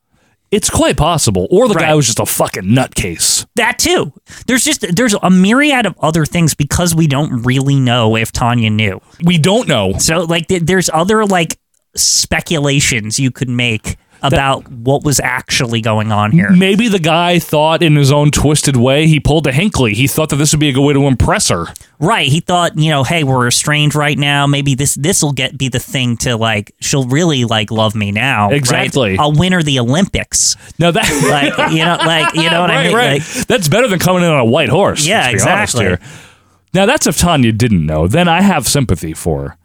[SPEAKER 2] It's quite possible. Or the guy was just a fucking nutcase.
[SPEAKER 3] That too. There's just there's a myriad of other things because we don't really know if Tanya knew.
[SPEAKER 2] We don't know.
[SPEAKER 3] So like th- there's other like speculations you could make about what was actually going on here.
[SPEAKER 2] Maybe the guy thought in his own twisted way he pulled a Hinkley. He thought that this would be a good way to impress her.
[SPEAKER 3] Right. He thought, you know, hey, we're estranged right now. Maybe this this will get be the thing to like she'll really like love me now. right?
[SPEAKER 2] Exactly.
[SPEAKER 3] I'll win her the Olympics.
[SPEAKER 2] No, that
[SPEAKER 3] like you know, like you know what I
[SPEAKER 2] Right,
[SPEAKER 3] mean.
[SPEAKER 2] right.
[SPEAKER 3] Like,
[SPEAKER 2] that's better than coming in on a white horse.
[SPEAKER 3] Yeah,
[SPEAKER 2] let's be honest
[SPEAKER 3] exactly.
[SPEAKER 2] here. Now that's if Tanya didn't know. Then I have sympathy for her.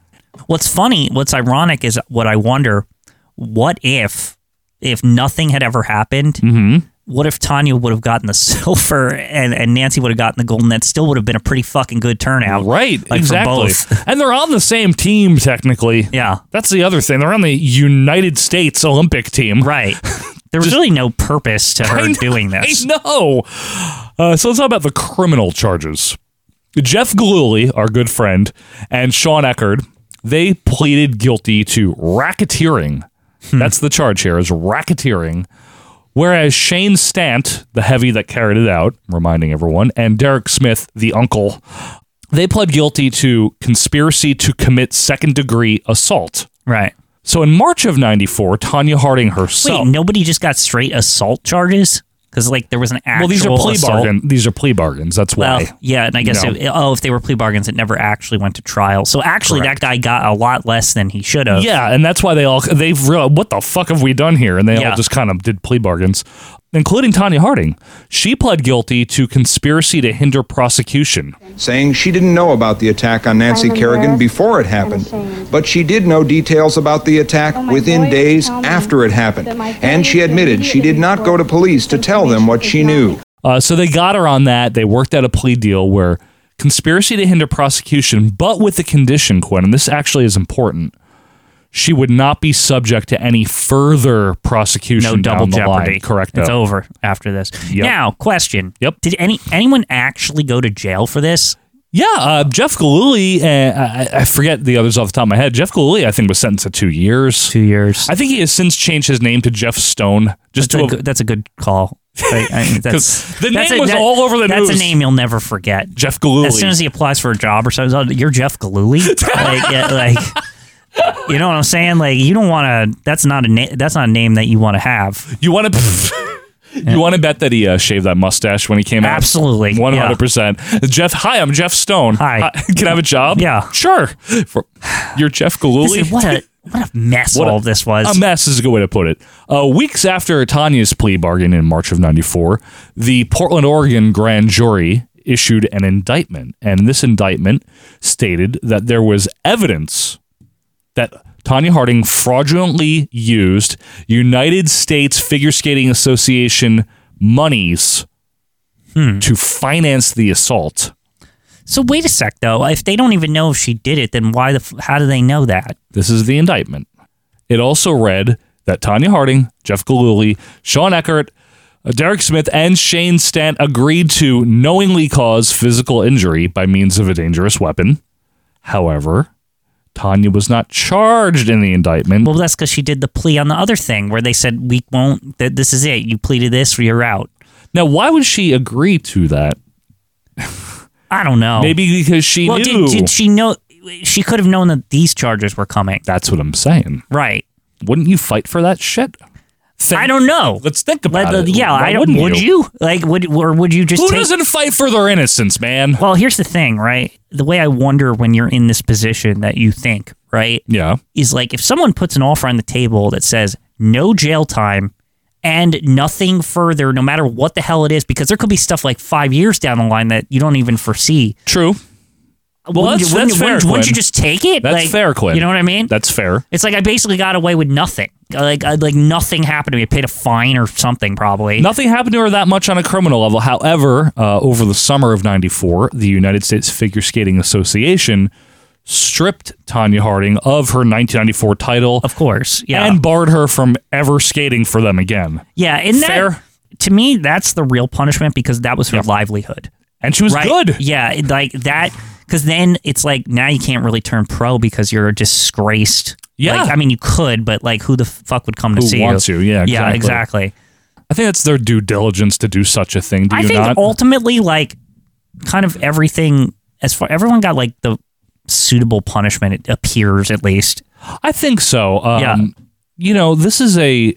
[SPEAKER 3] What's funny, what's ironic is what I wonder what if, if nothing had ever happened,
[SPEAKER 2] Mm-hmm.
[SPEAKER 3] what if Tanya would have gotten the silver and, and Nancy would have gotten the gold, and that still would have been a pretty fucking good turnout.
[SPEAKER 2] Right,
[SPEAKER 3] Like
[SPEAKER 2] exactly.
[SPEAKER 3] for both.
[SPEAKER 2] and they're on the same team technically.
[SPEAKER 3] Yeah.
[SPEAKER 2] That's the other thing. They're on the United States Olympic team.
[SPEAKER 3] Right. There was really no purpose to her
[SPEAKER 2] I know-
[SPEAKER 3] doing this.
[SPEAKER 2] I know. Uh, so let's talk about the criminal charges. Jeff Galooly, our good friend, and Sean Eckerd, they pleaded guilty to racketeering. That's the charge here is racketeering. Whereas Shane Stant, the heavy that carried it out, reminding everyone, and Derek Smith, the uncle, they pled guilty to conspiracy to commit second degree assault.
[SPEAKER 3] Right.
[SPEAKER 2] So in March of 94, Tanya Harding herself.
[SPEAKER 3] Wait, nobody just got straight assault charges? Because, like, there was an actual
[SPEAKER 2] well, these are plea
[SPEAKER 3] assault.
[SPEAKER 2] bargains. These are plea bargains. That's why.
[SPEAKER 3] Well, yeah, and I guess
[SPEAKER 2] You know.
[SPEAKER 3] it, oh, if they were plea bargains, it never actually went to trial. So actually,
[SPEAKER 2] Correct.
[SPEAKER 3] that guy got a lot less than he should have.
[SPEAKER 2] yeah, and that's why they all they've realized what the fuck have we done here, and they
[SPEAKER 3] Yeah.
[SPEAKER 2] all just kind of did plea bargains, including Tanya Harding. She pled guilty to conspiracy to hinder prosecution.
[SPEAKER 13] saying she didn't know about the attack on Nancy Kerrigan before it happened, but she did know details about the attack within days after it happened, and she admitted she did not go to police to tell them what she knew.
[SPEAKER 2] Uh, so they got her on that. They worked out a plea deal where conspiracy to hinder prosecution, but with the condition, Quinn, and this actually is important. She would not be subject to any further prosecution.
[SPEAKER 3] no double
[SPEAKER 2] down the line.
[SPEAKER 3] jeopardy.
[SPEAKER 2] Correct.
[SPEAKER 3] It's over after this.
[SPEAKER 2] Yep.
[SPEAKER 3] Now, question.
[SPEAKER 2] Yep.
[SPEAKER 3] Did any anyone actually go to jail for this?
[SPEAKER 2] Yeah, uh, Jeff Galooly, uh, I, I forget the others off the top of my head. Jeff Galooly, I think, was sentenced to two years.
[SPEAKER 3] Two years.
[SPEAKER 2] I think he has since changed his name to Jeff Stone. Just
[SPEAKER 3] that's,
[SPEAKER 2] to
[SPEAKER 3] a, good, that's a good call. I- I-
[SPEAKER 2] 'Cause
[SPEAKER 3] that's,
[SPEAKER 2] the
[SPEAKER 3] that's
[SPEAKER 2] name
[SPEAKER 3] a-
[SPEAKER 2] was
[SPEAKER 3] that-
[SPEAKER 2] all over the
[SPEAKER 3] That's
[SPEAKER 2] news.
[SPEAKER 3] a name you'll never forget.
[SPEAKER 2] Jeff Galooly.
[SPEAKER 3] As soon as he applies for a job or something, oh, you're Jeff Galooly. like, yeah, like, you know what I'm saying? Like, you don't want to. That's not a na- that's not a name that you want to have.
[SPEAKER 2] You want to. You want to bet that he uh, shaved that mustache when he came out?
[SPEAKER 3] Absolutely, yeah.
[SPEAKER 2] one hundred percent. Jeff, hi, I'm Jeff Stone. Hi, can I have a job? Yeah, sure. For- you're Jeff Galooly.
[SPEAKER 3] This is- what a what a mess
[SPEAKER 2] What a-
[SPEAKER 3] all of this was.
[SPEAKER 2] A mess is a good way to put it. Uh, weeks after Tanya's plea bargain in March of 94, the Portland, Oregon grand jury issued an indictment. And this indictment stated that there was evidence that Tanya Harding fraudulently used United States Figure Skating Association monies to finance the assault.
[SPEAKER 3] So wait a sec though. If they don't even know if she did it, then why the f- how do they know that?
[SPEAKER 2] This is the indictment. It also read that Tanya Harding, Jeff Galooly, Sean Eckert, uh, Derek Smith, and Shane Stant agreed to knowingly cause physical injury by means of a dangerous weapon. However, Tanya was not charged in the indictment.
[SPEAKER 3] Well, that's because she did the plea on the other thing where they said we won't. That this is it. You pleaded this, or you're out.
[SPEAKER 2] Now, why would she agree to that?
[SPEAKER 3] I don't know.
[SPEAKER 2] Maybe because she
[SPEAKER 3] Oh. well,
[SPEAKER 2] knew.
[SPEAKER 3] Did, did she know? She could have known that these charges were coming.
[SPEAKER 2] That's what I'm saying.
[SPEAKER 3] Right.
[SPEAKER 2] Wouldn't you fight for that shit?
[SPEAKER 3] I don't know.
[SPEAKER 2] Let's think about it.
[SPEAKER 3] Yeah,
[SPEAKER 2] Why
[SPEAKER 3] I don't.
[SPEAKER 2] wouldn't
[SPEAKER 3] Would
[SPEAKER 2] you?
[SPEAKER 3] you? like? Would or would you just?
[SPEAKER 2] Who
[SPEAKER 3] take-
[SPEAKER 2] doesn't fight for their innocence, man?
[SPEAKER 3] Well, here's the thing, right? The way I wonder when you're in this position that you think, right?
[SPEAKER 2] Yeah.
[SPEAKER 3] Is like if someone puts an offer on the table that says no jail time and nothing further, no matter what the hell it is, because there could be stuff like five years down the line that you don't even foresee.
[SPEAKER 2] True. Well,
[SPEAKER 3] wouldn't
[SPEAKER 2] that's,
[SPEAKER 3] you, wouldn't
[SPEAKER 2] that's
[SPEAKER 3] you-
[SPEAKER 2] fair.
[SPEAKER 3] wouldn't-
[SPEAKER 2] Quinn.
[SPEAKER 3] wouldn't you just take it?
[SPEAKER 2] That's
[SPEAKER 3] Like,
[SPEAKER 2] fair, Quinn.
[SPEAKER 3] You know what I mean?
[SPEAKER 2] That's fair.
[SPEAKER 3] It's like I basically got away with nothing. Like I, like nothing happened to me. I paid a fine or something probably.
[SPEAKER 2] Nothing happened to her that much on a criminal level. However, uh, over the summer of 94, the United States Figure Skating Association stripped Tanya Harding of her 1994 title. Of
[SPEAKER 3] course. Yeah.
[SPEAKER 2] And barred her from ever skating for them again.
[SPEAKER 3] Yeah, and that,
[SPEAKER 2] Fair.
[SPEAKER 3] to me, that's the real punishment because that was her livelihood,
[SPEAKER 2] and she was good.
[SPEAKER 3] Yeah, it- like that. Because then it's like now you can't really turn pro because you're disgraced.
[SPEAKER 2] Yeah.
[SPEAKER 3] Like, I mean you could, but like who the fuck would come to
[SPEAKER 2] Who
[SPEAKER 3] see
[SPEAKER 2] wants
[SPEAKER 3] you?
[SPEAKER 2] you? Yeah,
[SPEAKER 3] yeah,
[SPEAKER 2] exactly.
[SPEAKER 3] exactly.
[SPEAKER 2] I think that's their due diligence to do such a thing. Do
[SPEAKER 3] I
[SPEAKER 2] you
[SPEAKER 3] think
[SPEAKER 2] not?
[SPEAKER 3] ultimately, like, kind of everything as far everyone got like the suitable punishment. It appears at least.
[SPEAKER 2] I think so. Um, You know, this is a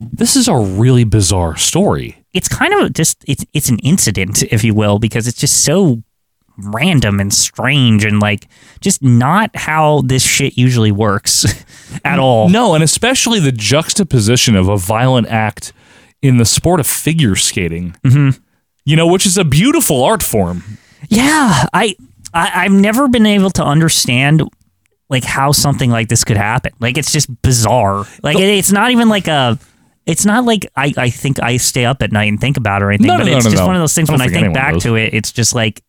[SPEAKER 2] this is a really bizarre story.
[SPEAKER 3] It's kind of just it's it's an incident, if you will, because it's just so random and strange and like just not how this shit usually works at all.
[SPEAKER 2] No, and especially the juxtaposition of a violent act in the sport of figure skating. Mm-hmm. You know, which is a beautiful art form.
[SPEAKER 3] Yeah, I, I I've never been able to understand like how something like this could happen. Like it's just bizarre. Like it, it's not even like a. It's not like I, I think I stay up at night and think about it or anything.
[SPEAKER 2] No,
[SPEAKER 3] but
[SPEAKER 2] no, no,
[SPEAKER 3] it's
[SPEAKER 2] no,
[SPEAKER 3] just
[SPEAKER 2] no.
[SPEAKER 3] one of those things
[SPEAKER 2] I don't
[SPEAKER 3] when I
[SPEAKER 2] think
[SPEAKER 3] think
[SPEAKER 2] anyone
[SPEAKER 3] back
[SPEAKER 2] does.
[SPEAKER 3] to it, it's just like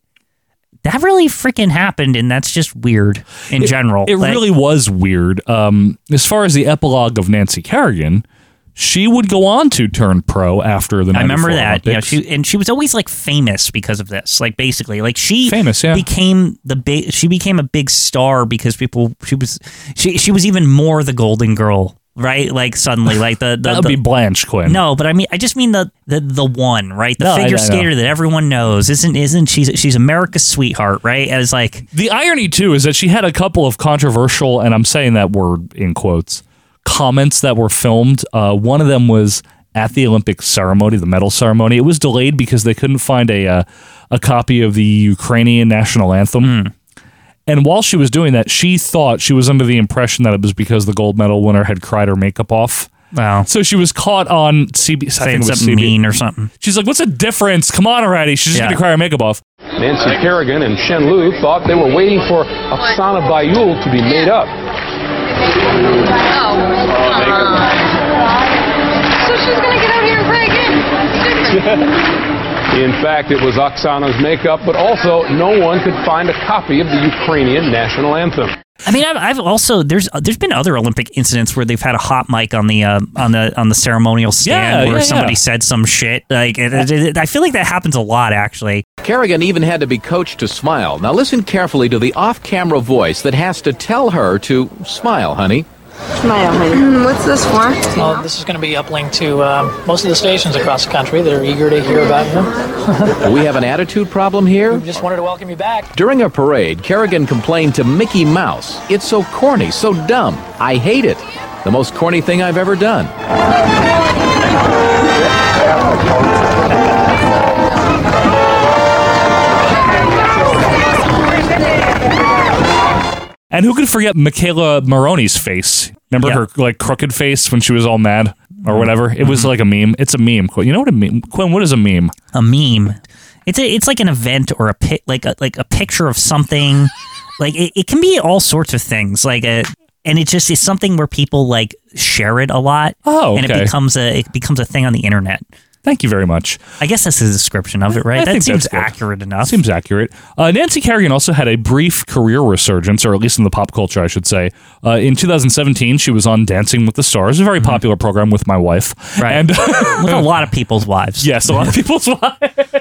[SPEAKER 3] that really freaking happened, and that's just weird in
[SPEAKER 2] It-
[SPEAKER 3] general.
[SPEAKER 2] It
[SPEAKER 3] Like,
[SPEAKER 2] really was weird. Um, as far as the epilogue of Nancy Kerrigan, she would go on to turn pro after the.
[SPEAKER 3] I remember
[SPEAKER 2] 94
[SPEAKER 3] that. Yeah,
[SPEAKER 2] Olympics.
[SPEAKER 3] she and she was always like famous because of this. Like basically, like she
[SPEAKER 2] Famous, yeah.
[SPEAKER 3] became the big. She became a big star because people. She was she she was even more the Golden Girl, right? Like suddenly, like the, the
[SPEAKER 2] that would be
[SPEAKER 3] the-
[SPEAKER 2] Blanche Quinn.
[SPEAKER 3] No, but I mean, I just mean the the, the one, right? The
[SPEAKER 2] No, I-
[SPEAKER 3] figure
[SPEAKER 2] I know.
[SPEAKER 3] skater that everyone knows isn't isn't she's she's America's sweetheart, right? As like
[SPEAKER 2] The irony too is that she had a couple of controversial, and I'm saying that word in quotes, comments that were filmed. Uh, one of them was at the Olympic ceremony, the medal ceremony. It was delayed because they couldn't find a uh, a copy of the Ukrainian national anthem.
[SPEAKER 3] Hmm.
[SPEAKER 2] And while she was doing that, she thought she was under the impression that it was because the gold medal winner had cried her makeup off.
[SPEAKER 3] Wow.
[SPEAKER 2] So she was caught on CB. I
[SPEAKER 3] saying
[SPEAKER 2] think it was
[SPEAKER 3] something
[SPEAKER 2] CB.
[SPEAKER 3] mean or something.
[SPEAKER 2] She's like, "What's the difference? Come on already! She's just
[SPEAKER 3] Yeah.
[SPEAKER 2] gonna cry her makeup off."
[SPEAKER 16] Nancy Kerrigan and Shen Lu thought they were waiting for Afsana Bayul to be made up.
[SPEAKER 17] Oh, So she's gonna get out here and play again.
[SPEAKER 16] In fact, it was Oksana's makeup, but also no one could find a copy of the Ukrainian national anthem.
[SPEAKER 3] I mean, I've, I've also there's there's been other Olympic incidents where they've had a hot mic on the uh, on the on the ceremonial stand
[SPEAKER 16] Yeah,
[SPEAKER 3] where
[SPEAKER 16] yeah,
[SPEAKER 3] somebody
[SPEAKER 16] yeah.
[SPEAKER 3] said some shit. Like, it, it- it- I feel like that happens a lot, actually.
[SPEAKER 19] Kerrigan even had to be coached to smile. Now listen carefully to the off-camera voice that has to tell her to smile, honey.
[SPEAKER 20] Smile, honey. What's this for?
[SPEAKER 25] Well, this is going to be uplink to um, most of the stations across the country. They're eager to hear about you.
[SPEAKER 19] Do we have an attitude problem here?
[SPEAKER 25] Just wanted to welcome you back.
[SPEAKER 19] During a parade, Kerrigan complained to Mickey Mouse, It's so corny, so dumb. I hate it. The most corny thing I've ever done.
[SPEAKER 2] And who could forget Michaela Maroney's face? Remember her like crooked face when she was all mad or whatever? It was like a meme. It's a meme. Qu- You know what a meme? Quinn, what is a meme?
[SPEAKER 3] A meme. It's a, it's like an event or a pi- like a, like a picture of something. like it, it can be all sorts of things. Like a and it just is something where people like share it a lot.
[SPEAKER 2] Oh,
[SPEAKER 3] and it
[SPEAKER 2] okay.
[SPEAKER 3] becomes a it becomes a thing on the internet.
[SPEAKER 2] Thank you very much.
[SPEAKER 3] I guess that's the description of it, right?
[SPEAKER 2] I
[SPEAKER 3] that
[SPEAKER 2] think
[SPEAKER 3] seems
[SPEAKER 2] that's good.
[SPEAKER 3] accurate enough.
[SPEAKER 2] Seems accurate. Uh, Nancy Kerrigan also had a brief career resurgence, or at least in the pop culture, I should say. Uh, in 2017, she was on Dancing with the Stars, a very popular program with my wife. Right. And with
[SPEAKER 3] a lot of people's wives.
[SPEAKER 2] Yes, a lot of people's wives.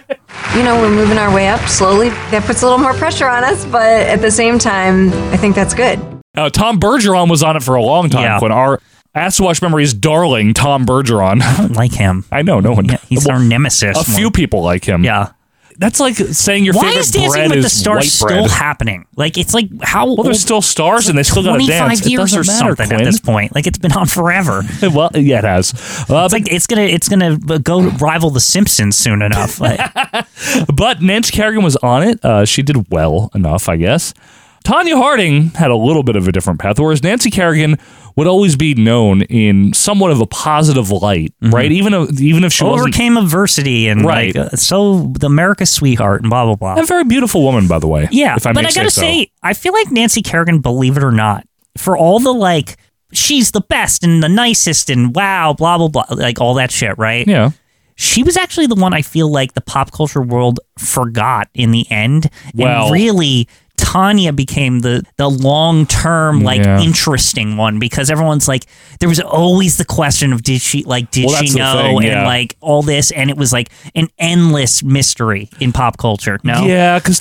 [SPEAKER 26] You know, we're moving our way up slowly. That puts a little more pressure on us, but at the same time, I think that's good.
[SPEAKER 2] Uh, Tom Bergeron was on it for a long time. When our ass wash memories darling Tom Bergeron, I
[SPEAKER 3] don't like him.
[SPEAKER 2] I know no one.
[SPEAKER 3] he's our nemesis.
[SPEAKER 2] A few people like him.
[SPEAKER 3] Yeah.
[SPEAKER 2] That's like saying your
[SPEAKER 3] Why
[SPEAKER 2] favorite
[SPEAKER 3] is Dancing
[SPEAKER 2] bread
[SPEAKER 3] with the
[SPEAKER 2] is
[SPEAKER 3] Stars
[SPEAKER 2] white
[SPEAKER 3] still
[SPEAKER 2] bread.
[SPEAKER 3] happening? Like it's like how
[SPEAKER 2] Well, there's
[SPEAKER 3] old-
[SPEAKER 2] still stars
[SPEAKER 3] it's
[SPEAKER 2] and they
[SPEAKER 3] like
[SPEAKER 2] still gotta dance.
[SPEAKER 3] 25
[SPEAKER 2] It
[SPEAKER 3] years
[SPEAKER 2] doesn't
[SPEAKER 3] or
[SPEAKER 2] matter,
[SPEAKER 3] something
[SPEAKER 2] Quinn.
[SPEAKER 3] at this point. Like it's been on forever.
[SPEAKER 2] well, yeah, it has. Uh,
[SPEAKER 3] it's like it's gonna it's gonna b- go rival The Simpsons soon enough. Like,
[SPEAKER 2] but Nancy Kerrigan was on it. Uh, she did well enough, I guess. Tanya Harding had a little bit of a different path, whereas Nancy Kerrigan would always be known in somewhat of a positive light,
[SPEAKER 3] Mm-hmm.
[SPEAKER 2] right? Even if, even if she wasn't
[SPEAKER 3] overcame adversity and
[SPEAKER 2] Right.
[SPEAKER 3] like uh, so the America's sweetheart and blah blah blah.
[SPEAKER 2] a very beautiful woman, by the way.
[SPEAKER 3] Yeah,
[SPEAKER 2] if I
[SPEAKER 3] but
[SPEAKER 2] may
[SPEAKER 3] I gotta
[SPEAKER 2] so.
[SPEAKER 3] say, I feel like Nancy Kerrigan, believe it or not, for all the like, she's the best and the nicest and wow, blah blah blah, like all that shit, right?
[SPEAKER 2] Yeah.
[SPEAKER 3] She was actually the one I feel like the pop culture world forgot in the end,
[SPEAKER 2] Well-
[SPEAKER 3] and really. Tanya became the the long term like
[SPEAKER 2] Yeah.
[SPEAKER 3] interesting one because everyone's like there was always the question of did she like did
[SPEAKER 2] Well, that's
[SPEAKER 3] she
[SPEAKER 2] the
[SPEAKER 3] know
[SPEAKER 2] thing,
[SPEAKER 3] and
[SPEAKER 2] yeah.
[SPEAKER 3] like all this and it was like an endless mystery in pop culture no
[SPEAKER 2] Yeah, because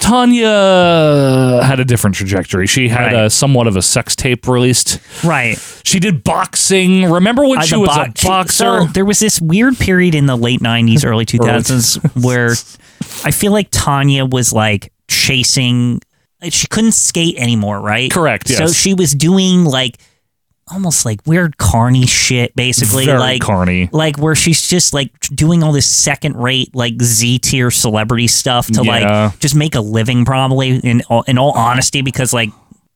[SPEAKER 2] Tanya had a different trajectory. She had
[SPEAKER 3] Right.
[SPEAKER 2] a somewhat of a sex tape released.
[SPEAKER 3] right
[SPEAKER 2] She did boxing. Remember when
[SPEAKER 3] Uh,
[SPEAKER 2] she
[SPEAKER 3] the
[SPEAKER 2] was
[SPEAKER 3] bo-
[SPEAKER 2] a
[SPEAKER 3] she-
[SPEAKER 2] boxer?
[SPEAKER 3] so there was this weird period in the late 90s, early 2000s where I feel like Tanya was like chasing. She couldn't skate anymore, right?
[SPEAKER 2] Correct,
[SPEAKER 3] So
[SPEAKER 2] yes.
[SPEAKER 3] she was doing like almost like weird carny shit, basically.
[SPEAKER 2] Very
[SPEAKER 3] like
[SPEAKER 2] carny.
[SPEAKER 3] Like where she's just like doing all this second rate, like Z tier celebrity stuff to
[SPEAKER 2] Yeah.
[SPEAKER 3] like just make a living, probably, in all, in all honesty, because like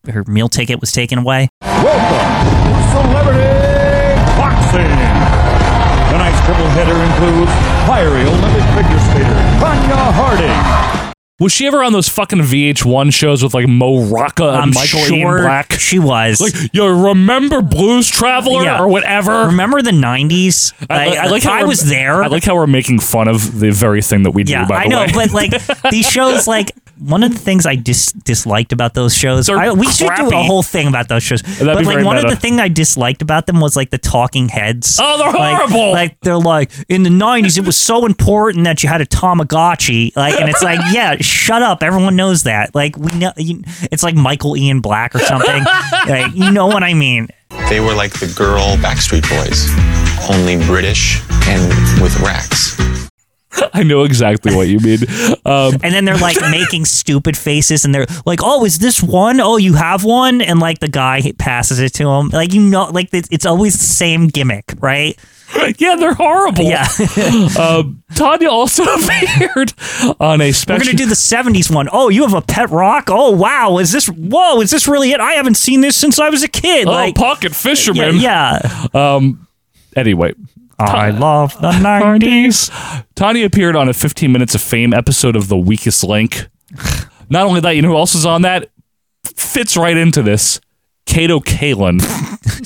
[SPEAKER 3] her meal ticket was taken away.
[SPEAKER 1] Celebrity Boxing. Tonight's triple header includes fiery Olympic figure skater Tanya Harding.
[SPEAKER 2] was she ever on those fucking VH1 shows with like Mo Rocca and
[SPEAKER 3] I'm
[SPEAKER 2] Uh, Michael Ian
[SPEAKER 3] sure
[SPEAKER 2] Black?
[SPEAKER 3] She was.
[SPEAKER 2] Like, you remember Blues Traveler
[SPEAKER 3] Yeah.
[SPEAKER 2] or whatever?
[SPEAKER 3] Remember the '90s?
[SPEAKER 2] I, I like how
[SPEAKER 3] I
[SPEAKER 2] we're-
[SPEAKER 3] was there.
[SPEAKER 2] I like how we're making fun of the very thing that we do.
[SPEAKER 3] yeah,
[SPEAKER 2] by the
[SPEAKER 3] I know,
[SPEAKER 2] way.
[SPEAKER 3] but like these shows, like one of the things I dis- disliked about those shows, I, we should do a
[SPEAKER 2] crappy.
[SPEAKER 3] whole thing about those shows.
[SPEAKER 2] That'd be
[SPEAKER 3] but like
[SPEAKER 2] very
[SPEAKER 3] one of
[SPEAKER 2] meta.
[SPEAKER 3] the thing I disliked about them was like the talking heads.
[SPEAKER 2] Oh, they're
[SPEAKER 3] Like-
[SPEAKER 2] horrible!
[SPEAKER 3] Like, they're like in the '90s, it was so important that you had a Tamagotchi. Like, and it's like, yeah, shut up. Everyone knows that. Like, we know. You, it's like Michael Ian Black or something. like, you know what I mean?
[SPEAKER 4] They were like the girl Backstreet Boys, only British and with racks.
[SPEAKER 2] I know exactly what you mean. Um,
[SPEAKER 3] and then they're like making stupid faces and they're like oh is this one? Oh, you have one and like the guy passes it to him like you know like it's, it's always the same gimmick right
[SPEAKER 2] yeah, they're horrible.
[SPEAKER 3] yeah
[SPEAKER 2] um, Tanya also appeared on a
[SPEAKER 3] we're
[SPEAKER 2] special.
[SPEAKER 3] gonna do the 70s one. Oh, you have a pet rock oh wow is this whoa is this really it i haven't seen this since i was a kid
[SPEAKER 2] oh,
[SPEAKER 3] like
[SPEAKER 2] pocket fisherman.
[SPEAKER 3] yeah,
[SPEAKER 2] Um. Anyway,
[SPEAKER 3] I love the 90s.
[SPEAKER 2] Tanya appeared on a 15 Minutes of Fame episode of The Weakest Link. Not only that, you know who else is on that? Fits right into this. Kato Kalin.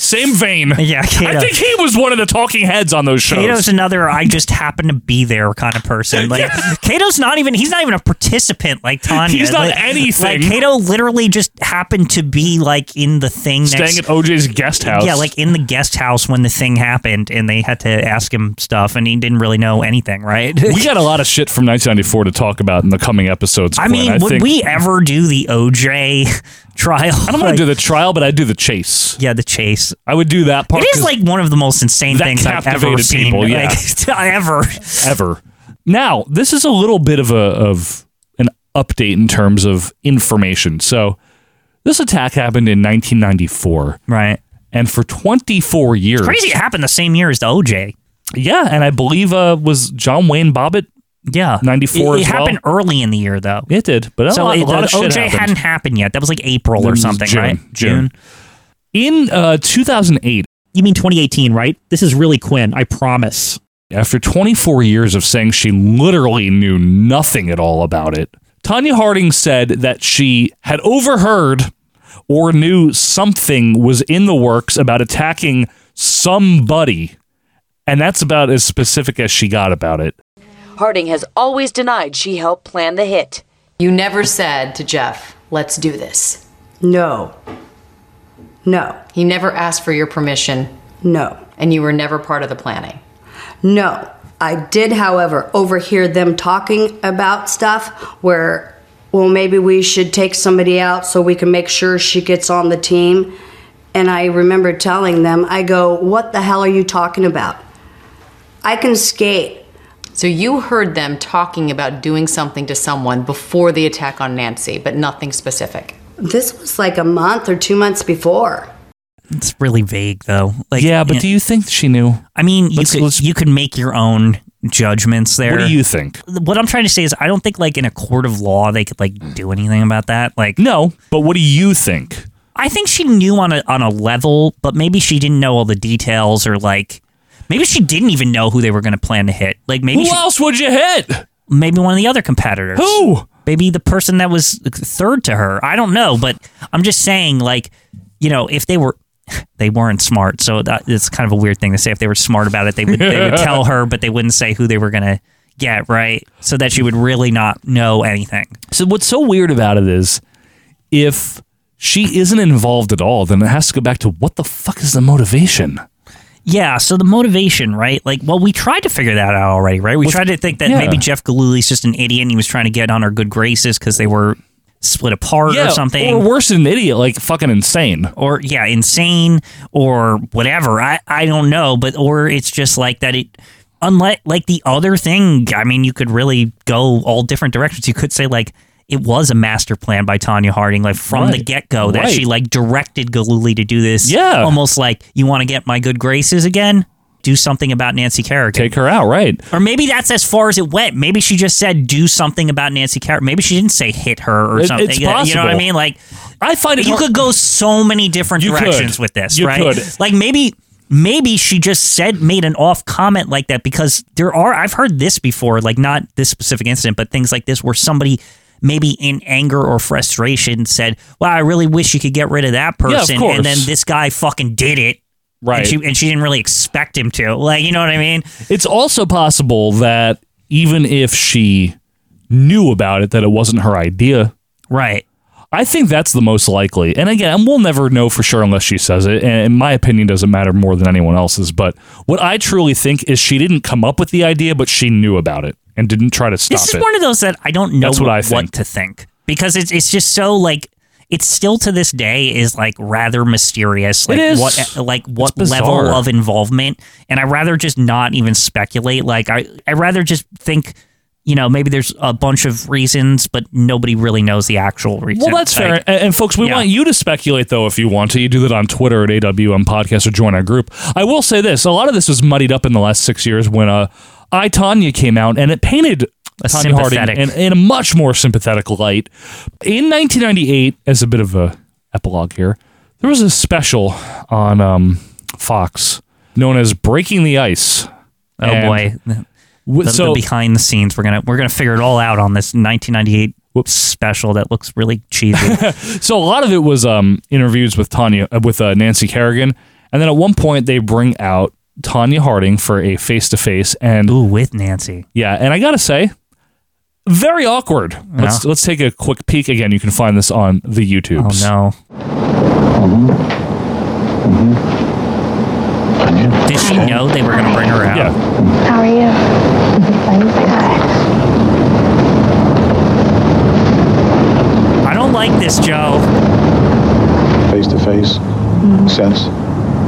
[SPEAKER 2] Same vein.
[SPEAKER 3] Yeah, Kato.
[SPEAKER 2] I think he was one of the talking heads on those shows.
[SPEAKER 3] Kato's another I just happen to be there kind of person. Like Kato's not even he's not even a participant like Tanya.
[SPEAKER 2] He's not
[SPEAKER 3] Like-
[SPEAKER 2] anything.
[SPEAKER 3] Like Kato literally just happened to be like in the thing
[SPEAKER 2] Staying
[SPEAKER 3] next
[SPEAKER 2] at OJ's guest house.
[SPEAKER 3] Yeah, like in the guest house when the thing happened and they had to ask him stuff and he didn't really know anything, right?
[SPEAKER 2] we got a lot of shit from 1994 to talk about in the coming episodes.
[SPEAKER 3] I
[SPEAKER 2] Quinn.
[SPEAKER 3] mean, would
[SPEAKER 2] think-
[SPEAKER 3] we ever do the OJ trial?
[SPEAKER 2] I don't want to do the trial, but I'd do the chase.
[SPEAKER 3] Yeah, the chase.
[SPEAKER 2] I would do that part.
[SPEAKER 3] It is
[SPEAKER 2] 'cause
[SPEAKER 3] like one of the most insane
[SPEAKER 2] that
[SPEAKER 3] things I've ever
[SPEAKER 2] captivated
[SPEAKER 3] seen.
[SPEAKER 2] people, yeah.
[SPEAKER 3] Like, ever.
[SPEAKER 2] ever. Now, this is a little bit of a of an update in terms of information. So, this attack happened in 1994,
[SPEAKER 3] right?
[SPEAKER 2] And for 24 years,
[SPEAKER 3] Crazy it happened the same year as the OJ.
[SPEAKER 2] Yeah, and I believe uh, was John Wayne Bobbitt.
[SPEAKER 3] Yeah,
[SPEAKER 2] 94
[SPEAKER 3] It, it
[SPEAKER 2] as well.
[SPEAKER 3] happened early in the year though.
[SPEAKER 2] It did, but a
[SPEAKER 3] so
[SPEAKER 2] lot-
[SPEAKER 3] it-
[SPEAKER 2] a lot
[SPEAKER 3] the
[SPEAKER 2] of shit
[SPEAKER 3] OJ
[SPEAKER 2] happened.
[SPEAKER 3] hadn't happened yet. That was like April
[SPEAKER 2] It
[SPEAKER 3] or
[SPEAKER 2] was
[SPEAKER 3] something,
[SPEAKER 2] June,
[SPEAKER 3] right?
[SPEAKER 2] June. In uh, 2008,
[SPEAKER 5] You mean 2018, right? This is really Quinn, I promise.
[SPEAKER 2] after 24 years of saying she literally knew nothing at all about it, Tanya Harding said that she had overheard or knew something was in the works about attacking somebody. And that's about as specific as she got about it.
[SPEAKER 7] Harding has always denied she helped plan the hit. You never said to Jeff, let's do this.
[SPEAKER 21] No. No.
[SPEAKER 7] He never asked for your permission.
[SPEAKER 21] No.
[SPEAKER 7] And you were never part of the planning.
[SPEAKER 21] No. I did, however, overhear them talking about stuff where, well, maybe we should take somebody out so we can make sure she gets on the team. And I remember telling them, I go, what the hell are you talking about? I can skate.
[SPEAKER 7] So you heard them talking about doing something to someone before the attack on Nancy, but nothing specific.
[SPEAKER 21] This was like a month or two months before.
[SPEAKER 3] It's really vague, though. Like,
[SPEAKER 2] yeah, but do you think she knew?
[SPEAKER 3] I mean, you could, you could make your own judgments there.
[SPEAKER 2] What do you think?
[SPEAKER 3] What I'm trying to say is, I don't think like in a court of law they could like do anything about that. Like,
[SPEAKER 2] no. But what do you think?
[SPEAKER 3] I think she knew on a on a level, but maybe she didn't know all the details, or like maybe she didn't even know who they were going to plan to hit. Like, maybe
[SPEAKER 2] Who
[SPEAKER 3] she-
[SPEAKER 2] else would you hit?
[SPEAKER 3] Maybe one of the other competitors.
[SPEAKER 2] Who?
[SPEAKER 3] Maybe the person that was third to her. I don't know, but I'm just saying, like, you know, if they were, they weren't smart. So that, it's kind of a weird thing to say. If they were smart about it, they would they would tell her, but they wouldn't say who they were gonna get, right? So that she would really not know anything.
[SPEAKER 2] So what's so weird about it is if she isn't involved at all, then it has to go back to what the fuck is the motivation?
[SPEAKER 3] Yeah. So the motivation, right? Like, well, we tried to figure that out already, right? We
[SPEAKER 2] Well,
[SPEAKER 3] tried to think that
[SPEAKER 2] yeah.
[SPEAKER 3] maybe Jeff Galuli's just an idiot and he was trying to get on our good graces because they were split apart
[SPEAKER 2] Yeah,
[SPEAKER 3] or something.
[SPEAKER 2] or worse than an idiot, like fucking insane.
[SPEAKER 3] or yeah, insane or whatever. I I don't know, but or it's just like that it unlike like the other thing. I mean, you could really go all different directions. You could say like it was a master plan by Tanya Harding, like from the
[SPEAKER 2] Right.
[SPEAKER 3] get go, that she
[SPEAKER 2] Right.
[SPEAKER 3] like directed Galuli to do this.
[SPEAKER 2] Yeah.
[SPEAKER 3] almost like you want to get my good graces again. Do something about Nancy Kerrigan.
[SPEAKER 2] Take her out, right?
[SPEAKER 3] Or maybe that's as far as it went. Maybe she just said do something about Nancy Kerrigan. Maybe she didn't say hit her or
[SPEAKER 2] It-
[SPEAKER 3] something.
[SPEAKER 2] it's
[SPEAKER 3] you know what I
[SPEAKER 2] possible.
[SPEAKER 3] mean? Like
[SPEAKER 2] I find it
[SPEAKER 3] you
[SPEAKER 2] hard-
[SPEAKER 3] could go so many different
[SPEAKER 2] You could.
[SPEAKER 3] directions with this,
[SPEAKER 2] You
[SPEAKER 3] right?
[SPEAKER 2] could.
[SPEAKER 3] Like maybe maybe she just said made an off comment like that because there are I've heard this before, like not this specific incident, but things like this where somebody maybe in anger or frustration said, "Well, I really wish you could get rid of that
[SPEAKER 2] Yeah, of
[SPEAKER 3] person," and then
[SPEAKER 2] course.
[SPEAKER 3] this guy fucking did it.
[SPEAKER 2] Right.
[SPEAKER 3] And she, and she didn't really expect him to. Like, you know what I mean?
[SPEAKER 2] It's also possible that even if she knew about it, that it wasn't her idea.
[SPEAKER 3] Right.
[SPEAKER 2] I think that's the most likely. And again, we'll never know for sure unless she says it. And my opinion doesn't matter more than anyone else's. But what I truly think is she didn't come up with the idea, but she knew about it and didn't try to stop
[SPEAKER 3] this is
[SPEAKER 2] it.
[SPEAKER 3] one of those that I don't know
[SPEAKER 2] That's what I think.
[SPEAKER 3] to think because it's it's just so like it's still to this day is like rather mysterious. Like
[SPEAKER 2] is.
[SPEAKER 3] what eh, like what
[SPEAKER 2] It's
[SPEAKER 3] level
[SPEAKER 2] bizarre.
[SPEAKER 3] of involvement, and I rather just not even speculate. Like I I rather just think. You know, maybe there's a bunch of reasons, but nobody really knows the actual reason.
[SPEAKER 2] Well, that's fair.
[SPEAKER 3] Like,
[SPEAKER 2] And, and folks, we
[SPEAKER 3] Yeah.
[SPEAKER 2] want you to speculate, though, if you want to. You do that on Twitter at AWM Podcast or join our group. I will say this a lot of this was muddied up in the last six years when uh, I, Tanya came out and it painted
[SPEAKER 3] A
[SPEAKER 2] Tanya Harding
[SPEAKER 3] sympathetic-
[SPEAKER 2] in, in a much more sympathetic light. In 1998, as a bit of a epilogue here, there was a special on um, Fox known as Breaking the Ice.
[SPEAKER 3] Oh
[SPEAKER 2] And
[SPEAKER 3] boy.
[SPEAKER 2] w-
[SPEAKER 3] the, the
[SPEAKER 2] so-
[SPEAKER 3] behind the scenes, we're gonna we're gonna figure it all out on this 1998 special that looks really cheesy.
[SPEAKER 2] so a lot of it was um, interviews with Tanya uh, with uh, Nancy Kerrigan, and then at one point they bring out Tanya Harding for a face to face, and
[SPEAKER 3] Ooh, with Nancy.
[SPEAKER 2] yeah, and I gotta say, very awkward. Let's let's take a quick peek again. You can find this on the YouTube.
[SPEAKER 3] Oh no.
[SPEAKER 15] Mm-hmm.
[SPEAKER 3] Did she know they were going to bring her out?
[SPEAKER 2] Yeah.
[SPEAKER 17] How are you? My God.
[SPEAKER 3] I don't like this, Joe.
[SPEAKER 15] Face to face, sense.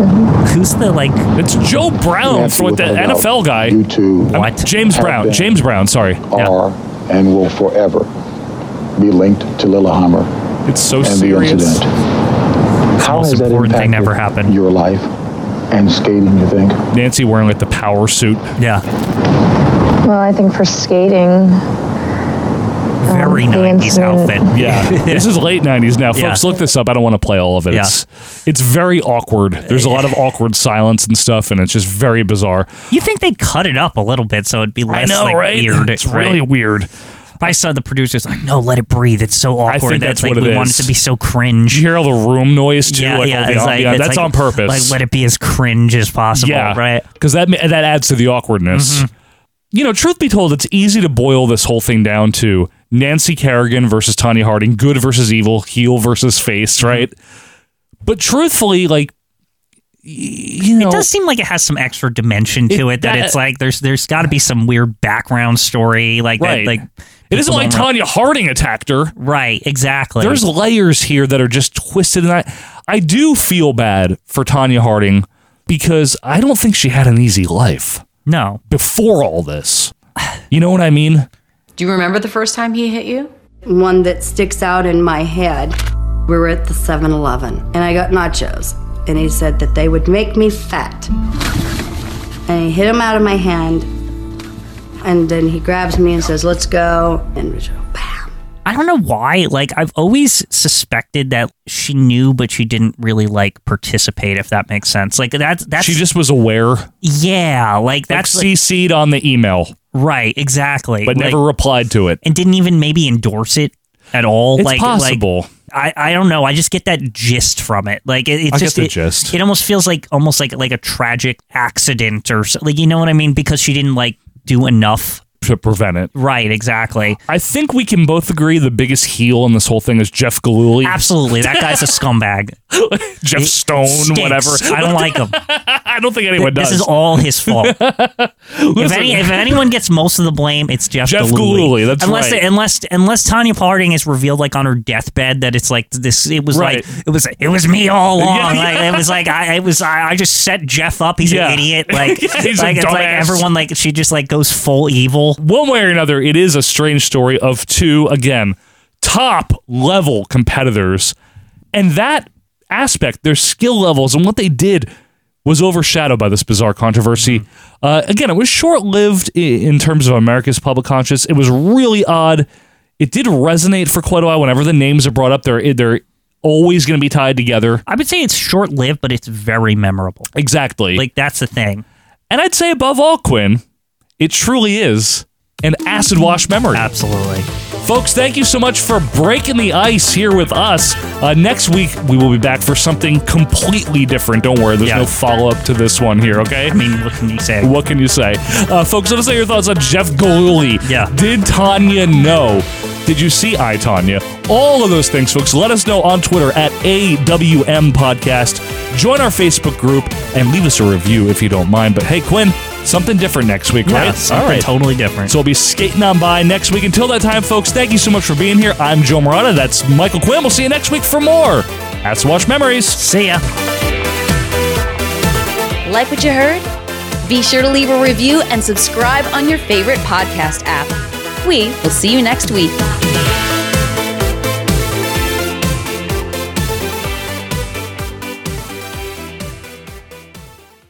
[SPEAKER 3] Oh, Who's the like?
[SPEAKER 2] It's Joe Brown
[SPEAKER 15] Nancy,
[SPEAKER 2] for the
[SPEAKER 15] without a doubt,
[SPEAKER 2] NFL guy.
[SPEAKER 15] You two
[SPEAKER 2] I'm-
[SPEAKER 3] What?
[SPEAKER 2] James
[SPEAKER 15] Have
[SPEAKER 2] Brown.
[SPEAKER 15] been.
[SPEAKER 2] James Brown. Sorry.
[SPEAKER 15] are and will forever be linked to Lillehammer
[SPEAKER 2] It's so
[SPEAKER 15] and
[SPEAKER 2] serious.
[SPEAKER 15] the incident.
[SPEAKER 3] It's the
[SPEAKER 15] How
[SPEAKER 3] most
[SPEAKER 15] has that
[SPEAKER 3] important thing
[SPEAKER 15] impacted
[SPEAKER 3] never happened.
[SPEAKER 15] your life and skating? You think?
[SPEAKER 2] Nancy wearing like the power suit.
[SPEAKER 3] Yeah.
[SPEAKER 20] Well, I think for skating,
[SPEAKER 17] Um,
[SPEAKER 3] Very
[SPEAKER 20] the
[SPEAKER 3] 90s
[SPEAKER 20] incident.
[SPEAKER 3] outfit.
[SPEAKER 2] Yeah, this is late '90s now,
[SPEAKER 3] Yeah.
[SPEAKER 2] folks. Look this up. I don't want to play all of it.
[SPEAKER 3] Yeah.
[SPEAKER 2] It's it's very awkward. There's a lot of awkward silence and stuff, and it's just very bizarre.
[SPEAKER 3] You think they cut it up a little bit so it'd be less like, weird?
[SPEAKER 2] It's really
[SPEAKER 3] right?
[SPEAKER 2] weird.
[SPEAKER 3] I saw the producers like, no, let it breathe. It's so awkward.
[SPEAKER 2] think that's
[SPEAKER 3] like
[SPEAKER 2] what it
[SPEAKER 3] we want it
[SPEAKER 2] is.
[SPEAKER 3] to be so
[SPEAKER 2] Did
[SPEAKER 3] cringe.
[SPEAKER 2] you hear all the room noise too? like all the
[SPEAKER 3] it's like-
[SPEAKER 2] ambiance?
[SPEAKER 3] it's
[SPEAKER 2] that's
[SPEAKER 3] like-
[SPEAKER 2] on purpose.
[SPEAKER 3] Like, let it be as cringe as possible,
[SPEAKER 2] yeah,
[SPEAKER 3] right? Mm-hmm.
[SPEAKER 2] Because that ma- that adds to the awkwardness. You know, truth be told, it's easy to boil this whole thing down to Nancy Kerrigan versus Tanya Harding, good versus evil, heel versus face,
[SPEAKER 3] Mm-hmm.
[SPEAKER 2] right? But truthfully, like y- you know,
[SPEAKER 3] It does seem like it has some extra dimension to it,
[SPEAKER 2] It-
[SPEAKER 3] that,
[SPEAKER 2] that-
[SPEAKER 3] it's like there's there's got to be some weird background story like
[SPEAKER 2] right?
[SPEAKER 3] that like
[SPEAKER 2] it isn't
[SPEAKER 3] people
[SPEAKER 2] like
[SPEAKER 3] don't re-
[SPEAKER 2] Tanya Harding attacked her.
[SPEAKER 3] right exactly
[SPEAKER 2] There's layers here that are just twisted, and I, I do feel bad for Tanya Harding because I don't think she had an easy life
[SPEAKER 3] no
[SPEAKER 2] before all this. You know what I mean?
[SPEAKER 21] Do you remember the first time he hit you? One that sticks out in my head. We were at the 7 Eleven and I got nachos, and he said that they would make me fat. And he hit them out of my hand, and then he grabs me and says, Let's go. And we go,
[SPEAKER 3] I don't know why. Like, I've always suspected that she knew, but she didn't really like participate. If that makes sense, like that's that's
[SPEAKER 2] She just was aware.
[SPEAKER 3] yeah, like that's
[SPEAKER 2] like CC'd on the email,
[SPEAKER 3] right? Exactly,
[SPEAKER 2] but never replied to it,
[SPEAKER 3] and didn't even maybe endorse it at all.
[SPEAKER 2] It's
[SPEAKER 3] like,
[SPEAKER 2] possible.
[SPEAKER 3] Like, I I don't know. I just get that gist from it. Like it, it
[SPEAKER 2] I get
[SPEAKER 3] just
[SPEAKER 2] the
[SPEAKER 3] it,
[SPEAKER 2] gist.
[SPEAKER 3] It almost feels like almost like like a tragic accident or so, like you know what I mean because she didn't like do enough
[SPEAKER 2] to prevent it.
[SPEAKER 3] Right. Exactly.
[SPEAKER 2] I think we can both agree the biggest heel in this whole thing is Jeff Galooly.
[SPEAKER 3] Absolutely, that guy's a scumbag.
[SPEAKER 2] Jeff
[SPEAKER 3] It
[SPEAKER 2] Stone,
[SPEAKER 3] stinks.
[SPEAKER 2] whatever.
[SPEAKER 3] I don't like him.
[SPEAKER 2] I don't think anyone
[SPEAKER 3] This
[SPEAKER 2] does.
[SPEAKER 3] is all his fault. if,
[SPEAKER 2] Listen.
[SPEAKER 3] any, if anyone gets most of the blame, it's Jeff,
[SPEAKER 2] Jeff
[SPEAKER 3] Galooly.
[SPEAKER 2] Galooly, that's
[SPEAKER 3] unless
[SPEAKER 2] right.
[SPEAKER 3] unless unless Tanya Harding is revealed like on her deathbed that it's like this. It was
[SPEAKER 2] Right.
[SPEAKER 3] like it was it was me all along.
[SPEAKER 2] Yeah,
[SPEAKER 3] like,
[SPEAKER 2] yeah.
[SPEAKER 3] It was like I it was I, I just set Jeff up. He's
[SPEAKER 2] Yeah.
[SPEAKER 3] an idiot. Like,
[SPEAKER 2] Yeah, he's a
[SPEAKER 3] like, it's like
[SPEAKER 2] dumbass.
[SPEAKER 3] everyone like she just like goes full evil.
[SPEAKER 2] One way or another, it is a strange story of two, again, top level competitors. And that aspect, their skill levels and what they did was overshadowed by this bizarre controversy.
[SPEAKER 3] Mm-hmm.
[SPEAKER 2] Uh, again, it was short lived in terms of America's public conscience. It was really odd. It did resonate for quite a while. Whenever the names are brought up, they're, they're always going to be tied together.
[SPEAKER 3] I would say it's short lived, but it's very memorable.
[SPEAKER 2] Exactly.
[SPEAKER 3] Like that's the thing.
[SPEAKER 2] And I'd say above all, Quinn, it truly is an acid wash memory.
[SPEAKER 3] Absolutely.
[SPEAKER 2] Folks, thank you so much for breaking the ice here with us. Uh, next week, we will be back for something completely different. Don't worry, there's no follow up to this one here, okay? I
[SPEAKER 3] mean, what can you say?
[SPEAKER 2] What can you say? Uh, folks, let us know your thoughts on Jeff Galooly. Yeah. Did Tanya know? Did you see I, Tanya? All of those things, folks. Let us know on Twitter at AWM Podcast. Join our Facebook group and leave us a review if you don't mind. But hey, Quinn, something different next week,
[SPEAKER 3] Yeah,
[SPEAKER 2] right?
[SPEAKER 3] something totally different.
[SPEAKER 2] So we'll be skating on by next week. Until that time, folks, thank you so much for being here. I'm Joe Morata. That's Michael Quinn. We'll see you next week for more. That's Watch Memories.
[SPEAKER 3] See ya.
[SPEAKER 6] Like what you heard? Be sure to leave a review and subscribe on your favorite podcast app. We will see you next week.